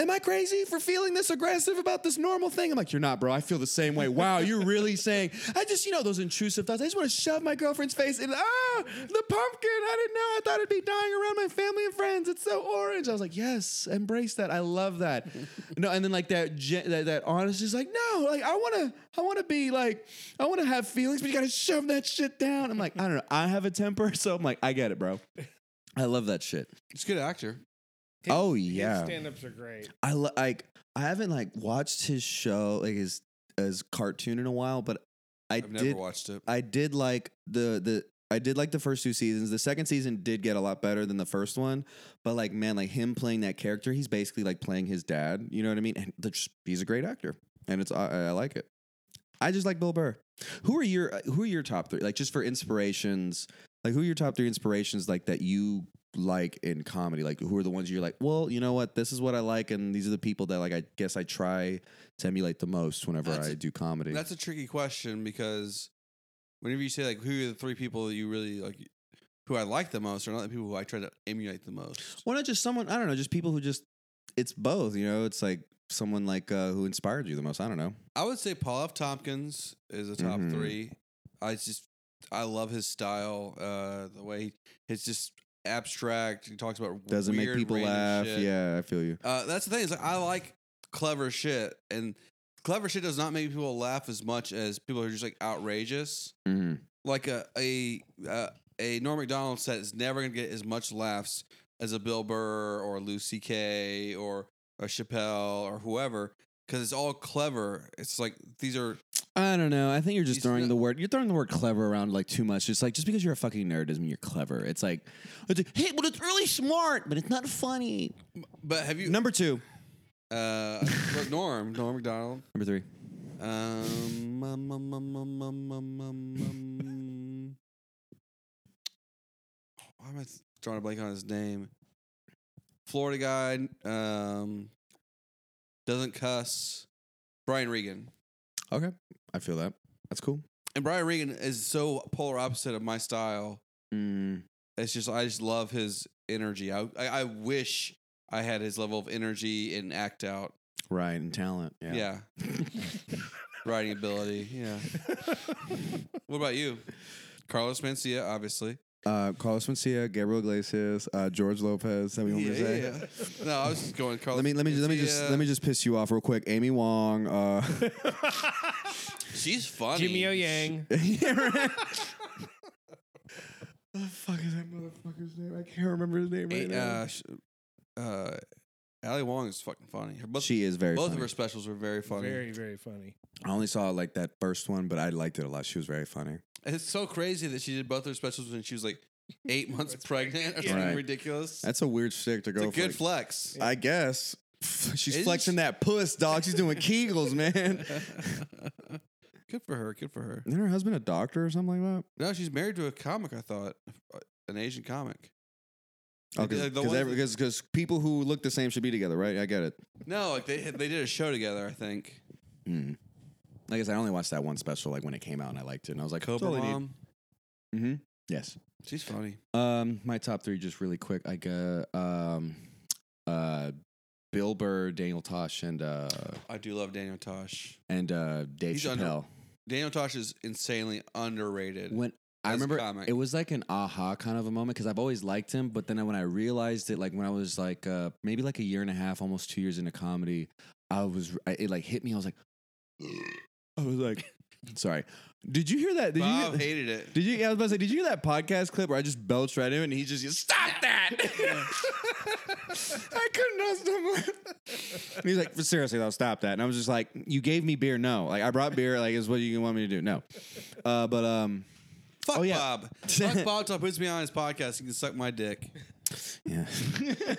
Speaker 3: Am I crazy for feeling this aggressive about this normal thing? I'm like, you're not, bro. I feel the same way. Wow, you're really saying. I just, you know, those intrusive thoughts. I just want to shove my girlfriend's face in. Ah, the pumpkin. I didn't know. I thought it'd be dying around my family and friends. It's so orange. I was like, yes, embrace that. I love that. no, and then like that, gen- that, that honest is like, no, like I want to, I want to be like, I want to have feelings, but you got to shove that shit down. I'm like, I don't know. I have a temper, so I'm like, I get it, bro. I love that shit.
Speaker 2: He's a good actor.
Speaker 3: Oh,
Speaker 1: His
Speaker 3: yeah.
Speaker 1: stand-ups are great.
Speaker 3: I li- like I haven't like watched his show like his his cartoon in a while, but I
Speaker 2: I've never
Speaker 3: did
Speaker 2: watched it.
Speaker 3: I did like the the I did like the first two seasons. The second season did get a lot better than the first one, but like man, like him playing that character, he's basically like playing his dad. You know what I mean? And they're just, he's a great actor, and it's I, I like it. I just like Bill Burr. Who are your uh, Who are your top three? Like just for inspirations, like who are your top three inspirations? Like that you like in comedy? Like who are the ones you're like? Well, you know what? This is what I like, and these are the people that like I guess I try to emulate the most whenever
Speaker 2: That's-
Speaker 3: I do comedy.
Speaker 2: That's a tricky question because whenever you say like who are the three people that you really like, who I like the most, are not the people who I try to emulate the most.
Speaker 3: Well, not just someone. I don't know. Just people who just. It's both. You know. It's like someone like uh, who inspired you the most. I don't know.
Speaker 2: I would say Paul F. Tompkins is a top
Speaker 3: Mhm.
Speaker 2: three. I just I love his style, uh, the way he, it's just abstract. He talks about
Speaker 3: Doesn't make
Speaker 2: weird,
Speaker 3: people
Speaker 2: random
Speaker 3: laugh.
Speaker 2: shit.
Speaker 3: Yeah, I feel you.
Speaker 2: Uh, that's the thing is like, I like clever shit, and clever shit does not make people laugh as much as people who are just like outrageous.
Speaker 3: Mm-hmm.
Speaker 2: Like a a uh, a Norm Macdonald set is never gonna get as much laughs as a Bill Burr or a Lou C.K. or a Chappelle or whoever because it's all clever. It's like these are
Speaker 3: I don't know. I think you're just
Speaker 2: He's
Speaker 3: throwing
Speaker 2: not-
Speaker 3: the word. You're throwing the word clever around like too much. It's like just because you're a fucking nerd doesn't mean you're clever. It's like, it's like, hey, but it's really smart, but it's not funny.
Speaker 2: but have you
Speaker 3: Number two.
Speaker 2: uh but Norm Norm Macdonald
Speaker 3: Number three.
Speaker 2: Um, um, um, um, um, um, um, um, um. Why am I th- drawing a blank on his name? Florida guy, um, doesn't cuss. Brian Regan.
Speaker 3: Okay, I feel that. That's cool.
Speaker 2: And Brian Regan is so polar opposite of my style.
Speaker 3: Mm.
Speaker 2: It's just, I just love his energy. I, I, I wish I had his level of energy and act out.
Speaker 3: Right and talent. Yeah.
Speaker 2: Yeah. Writing ability. Yeah. What about you? Carlos Mencia, obviously.
Speaker 3: Uh, Carlos Mencia, Gabriel Iglesias, uh, George Lopez. That we want to say.
Speaker 2: yeah. No, I was just going. Carlos,
Speaker 3: Let me let me let me just let me just piss you off real quick. Amy Wong. Uh,
Speaker 2: She's funny.
Speaker 1: Jimmy O Yang.
Speaker 3: the fuck is that motherfucker's name? I can't remember his name right
Speaker 2: Hey,
Speaker 3: now.
Speaker 2: uh, sh- uh, Ali Wong is fucking funny. Her both,
Speaker 3: she is very.
Speaker 2: both
Speaker 3: funny.
Speaker 2: of her specials were very funny.
Speaker 1: Very, very funny.
Speaker 3: I only saw like that first one, but I liked it a lot. She was very funny.
Speaker 2: It's so crazy that she did both her specials when she was like eight months pregnant or
Speaker 1: Yeah.
Speaker 2: something
Speaker 3: Right.
Speaker 2: ridiculous.
Speaker 3: That's a weird stick to
Speaker 2: it's
Speaker 3: go.
Speaker 2: a
Speaker 3: for,
Speaker 2: good
Speaker 3: like-
Speaker 2: flex.
Speaker 3: I guess. She's
Speaker 2: Isn't
Speaker 3: flexing
Speaker 2: she-
Speaker 3: that puss, dog. She's doing kegels, man.
Speaker 2: good for her. Good for her.
Speaker 3: Isn't her husband a doctor or something like
Speaker 2: No, she's married to a comic. I thought Uh, an Asian comic.
Speaker 3: that?
Speaker 2: Like,
Speaker 3: Because
Speaker 2: uh, the ones that-
Speaker 3: because people who look the same should be together, right? I get it.
Speaker 2: No, like they they did a show together. I think.
Speaker 3: Mm. Like I said, I only watched that one special like when it came out, and I liked it, and I was like,
Speaker 2: Cobra Mom.
Speaker 3: Mm-hmm. Yes.
Speaker 2: She's funny.
Speaker 3: Um, my top three, just really quick. I got um, uh, Bill Burr, Daniel Tosh, and uh,
Speaker 2: I do love Daniel Tosh.
Speaker 3: and uh, Dave
Speaker 2: He's under-
Speaker 3: Chappelle.
Speaker 2: Daniel Tosh is insanely underrated.
Speaker 3: When I
Speaker 2: as a
Speaker 3: remember,
Speaker 2: comic.
Speaker 3: it was like an aha kind of a moment because I've always liked him, but then when I realized it, like when I was like uh, maybe like a year and a half, almost two years into comedy, I was I, it like hit me. I was like, I was like, sorry. Did you hear that? Did you?
Speaker 2: Bob
Speaker 3: Hear,
Speaker 2: hated it.
Speaker 3: did you? yeah, I was about to say, did you hear that podcast clip where I just belched right in and he just stop that? I couldn't ask someone. He's like, seriously though, stop that. And I was just like, you gave me beer, no. Like I brought beer, like is what you want me to do, no. Uh, but um,
Speaker 2: Fuck
Speaker 3: Oh, yeah.
Speaker 2: Bob. Fuck Bob till he puts me on his podcast. He can suck my dick.
Speaker 3: yeah.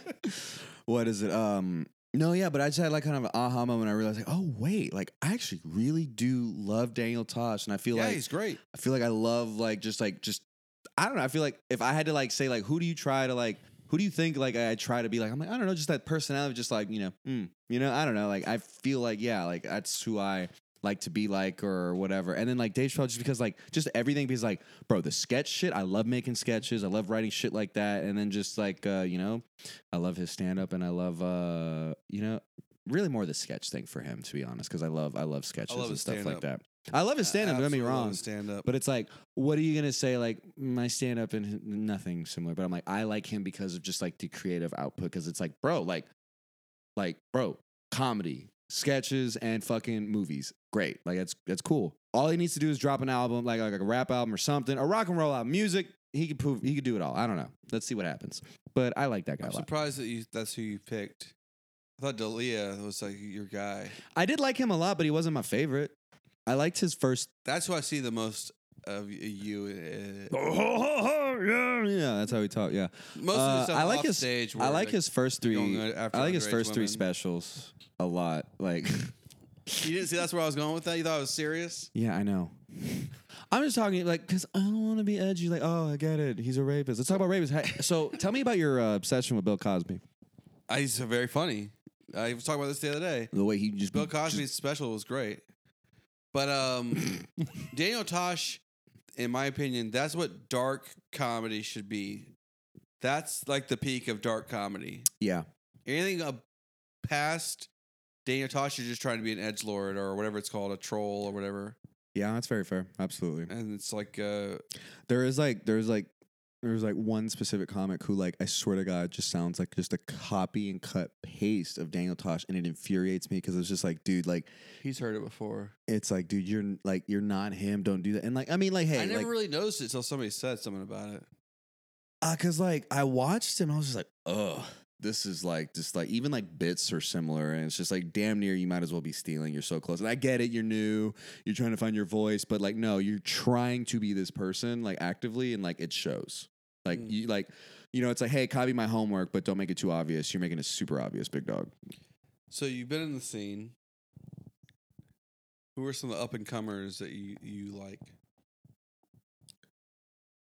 Speaker 3: what is it? Um, no, yeah, but I just had like kind of an aha moment. I realized, like, oh wait, like I actually really do love Daniel Tosh, and I feel
Speaker 2: yeah,
Speaker 3: like
Speaker 2: he's great.
Speaker 3: I feel like I love like just like just I don't know. I feel like if I had to like say like who do you try to like who do you think like I try to be like I'm like I don't know just that personality just like you know mm, you know I don't know like I feel like yeah like that's who I like to be like or whatever. And then like Dave Chappelle, just because like just everything, because like bro, the sketch shit. I love making sketches. I love writing shit like that. And then just like uh, you know, I love his stand up, and I love uh, you know, really more the sketch thing for him to be honest, because I love I love sketches
Speaker 2: love
Speaker 3: and
Speaker 2: his
Speaker 3: stuff like
Speaker 2: stand-up.
Speaker 3: that. I love his stand up. Don't get me wrong.
Speaker 2: Stand up.
Speaker 3: But it's like, what are you gonna say? Like my stand up and h- nothing similar. But I'm like, I like him because of just like the creative output. Because it's like, bro, like, like, bro, comedy, sketches, and fucking movies. Great, like that's that's cool. All he needs to do is drop an album, like like a rap album or something, a rock and roll album, music. He could prove he could do it all. I don't know. Let's see what happens. But I like that guy
Speaker 2: I'm
Speaker 3: a lot.
Speaker 2: surprised that you that's who you picked. I thought Dalia was like your guy.
Speaker 3: I did like him a lot, but he wasn't my favorite. I liked his first
Speaker 2: That's who I see the most of y- you. uh,
Speaker 3: yeah, that's how we talk. Yeah,
Speaker 2: Most of
Speaker 3: Uh,
Speaker 2: the stuff
Speaker 3: I like
Speaker 2: off
Speaker 3: his-
Speaker 2: stage.
Speaker 3: I
Speaker 2: were,
Speaker 3: like his first
Speaker 2: going
Speaker 3: three.
Speaker 2: after
Speaker 3: I like his
Speaker 2: uh, underage
Speaker 3: first three
Speaker 2: women.
Speaker 3: specials a lot. Like,
Speaker 2: You didn't see that's where I was going with that. You thought I was serious.
Speaker 3: yeah, I know. I'm just talking like because I don't want to be edgy. Like, oh, I get it. He's a rapist. Let's talk about rapists. Hey, So, tell me about your uh, obsession with Bill Cosby.
Speaker 2: I, he's very funny. I was talking about this the other day.
Speaker 3: The way he just
Speaker 2: Bill Cosby's special was great, but um, Daniel Tosh, in my opinion, that's what dark comedy should be. That's like the peak of dark comedy.
Speaker 3: Yeah,
Speaker 2: Anything up past Daniel Tosh, you're just trying to be an edge lord or whatever it's called, a troll or whatever.
Speaker 3: yeah, that's very fair. Absolutely.
Speaker 2: And it's like, uh,
Speaker 3: There is like there's like there's like one specific comic who like I swear to God just sounds like just a copy and cut paste of Daniel Tosh, and it infuriates me because it's just like, dude, like
Speaker 2: he's heard it before.
Speaker 3: it's like, dude, you're n- like you're not him. Don't do that. And like I mean, like hey,
Speaker 2: I never
Speaker 3: like
Speaker 2: really noticed it until somebody said something about it.
Speaker 3: because uh, like I watched him, I was just like, ugh. This is like just like even like bits are similar, and it's just like damn near you might as well be stealing. You're so close, and I get it. You're new, you're trying to find your voice, but like no, you're trying to be this person like actively, and like it shows. Like
Speaker 2: Mm.
Speaker 3: you like, you know, it's like hey, copy my homework, but don't make it too obvious. You're making it super obvious, big dog.
Speaker 2: So you've been in the scene. Who are some of the up and comers that you, you like?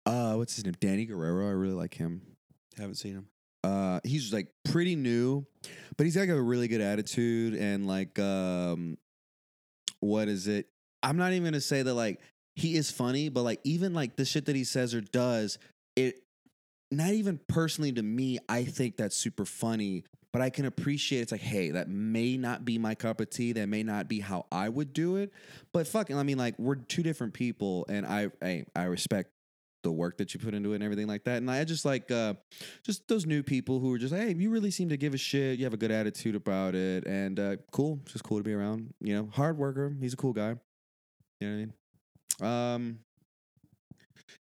Speaker 3: Uh, what's his name? Danny Guerrero. I really like him.
Speaker 2: Haven't seen him.
Speaker 3: uh he's like pretty new but he's got like a really good attitude and like um what is it i'm not even gonna say that like he is funny but like even like the shit that he says or does it not even personally to me i think that's super funny but i can appreciate it's like hey that may not be my cup of tea that may not be how i would do it but fucking i mean like we're two different people and i i, I respect the work that you put into it and everything like that and i just like uh just those new people who are just like, hey, you really seem to give a shit. You have a good attitude about it, and uh, cool. It's just cool to be around. You know, hard worker. He's a cool guy. You know what I mean? Um,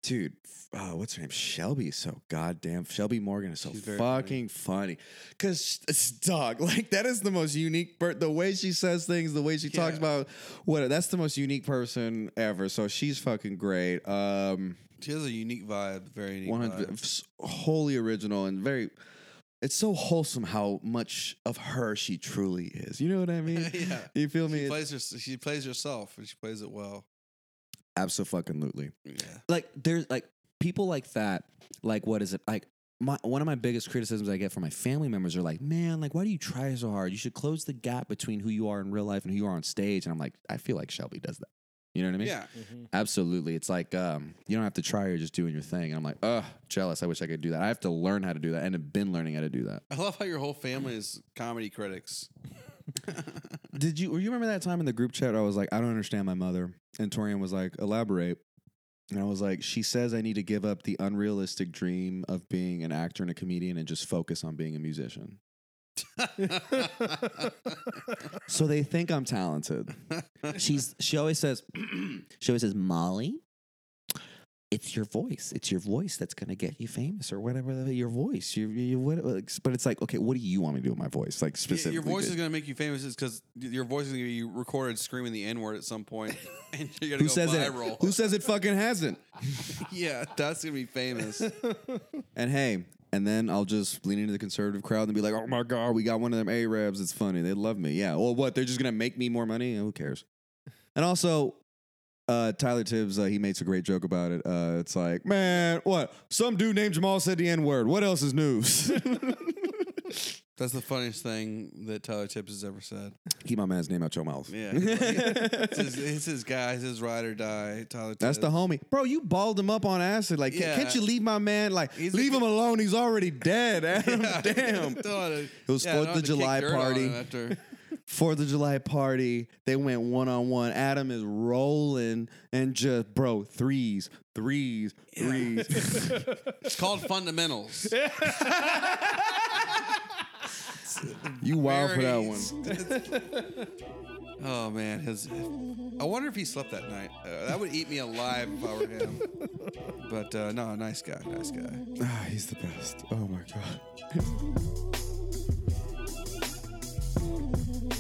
Speaker 3: dude, f- oh, what's her name? Shelby is so goddamn. Shelby Morgan is so
Speaker 2: She's very
Speaker 3: fucking funny. Cause s- dog, like that is the most unique. Per- the way she says things, the way she talks
Speaker 2: Yeah.
Speaker 3: about what that's the most unique person ever. So she's fucking great. Um.
Speaker 2: She has a unique vibe, very unique.
Speaker 3: One
Speaker 2: vibe.
Speaker 3: hundred s- wholly original and very. It's so wholesome how much of her she truly is. You know what I mean?
Speaker 2: yeah.
Speaker 3: You feel
Speaker 2: She
Speaker 3: me?
Speaker 2: plays, her, she plays herself and she plays it well.
Speaker 3: Absolutely.
Speaker 2: Yeah.
Speaker 3: Like there's like people like that. Like what is it? Like my one of my biggest criticisms I get from my family members are like, man, like why do you try so hard? You should close the gap between who you are in real life and who you are on stage. And I'm like, I feel like Shelby does that. You know what I mean?
Speaker 2: yeah.
Speaker 1: Mm-hmm.
Speaker 3: Absolutely. It's like um, you don't have to try. You're just doing your thing. And I'm like, ugh, jealous. I wish I could do that. I have to learn how to do that and have been learning how to do that.
Speaker 2: I love how your whole family is comedy critics.
Speaker 3: Did you you remember that time in the group chat where I was like, I don't understand my mother? And Torian was like, elaborate. And I was like, she says I need to give up the unrealistic dream of being an actor and a comedian and just focus on being a musician. So they think I'm talented. She's she always says she always says, Molly, it's your voice. It's your voice that's gonna get you famous or whatever the- your voice. You, you what but it's like, okay, what do you want me to do with my voice? Like
Speaker 2: Yeah,
Speaker 3: specifically.
Speaker 2: your voice is going to make you famous because your voice is going to be recorded screaming the N word at some point, and you're going to
Speaker 3: who
Speaker 2: go
Speaker 3: says it?
Speaker 2: viral.
Speaker 3: Who says it fucking hasn't?
Speaker 2: yeah, that's going to be famous.
Speaker 3: And hey, and then I'll just lean into the conservative crowd and be like, oh my God, we got one of them Arabs. It's funny. They love me. Yeah. Well, what? They're just going to make me more money? Who cares? And also, uh, Tyler Tibbs, uh, he makes a great joke about it. Uh, it's like, man, what? Some dude named Jamal said the N word. What else is news?
Speaker 2: That's the funniest thing that Tyler Tips has ever said.
Speaker 3: Keep my man's name out your mouth.
Speaker 2: Yeah. It's his, it's his guy. It's his ride or die. Tyler Tibbs.
Speaker 3: That's the homie, bro. You balled him up on acid. Like, ca-
Speaker 2: Yeah.
Speaker 3: can't you leave my man? Like,
Speaker 2: He's
Speaker 3: leave
Speaker 2: a-
Speaker 3: him alone. He's already dead. Adam. Damn.
Speaker 2: it
Speaker 3: was 4th of July party.
Speaker 2: After.
Speaker 3: Fourth of July party. They went one on one. Adam is rolling and just bro threes, threes, threes.
Speaker 2: It's called fundamentals.
Speaker 3: you wild for that one.
Speaker 2: oh man, his. I wonder if he slept that night. Uh, that would eat me alive if I were him. But uh, no, nice guy, nice guy.
Speaker 3: Ah, he's the best. Oh my god.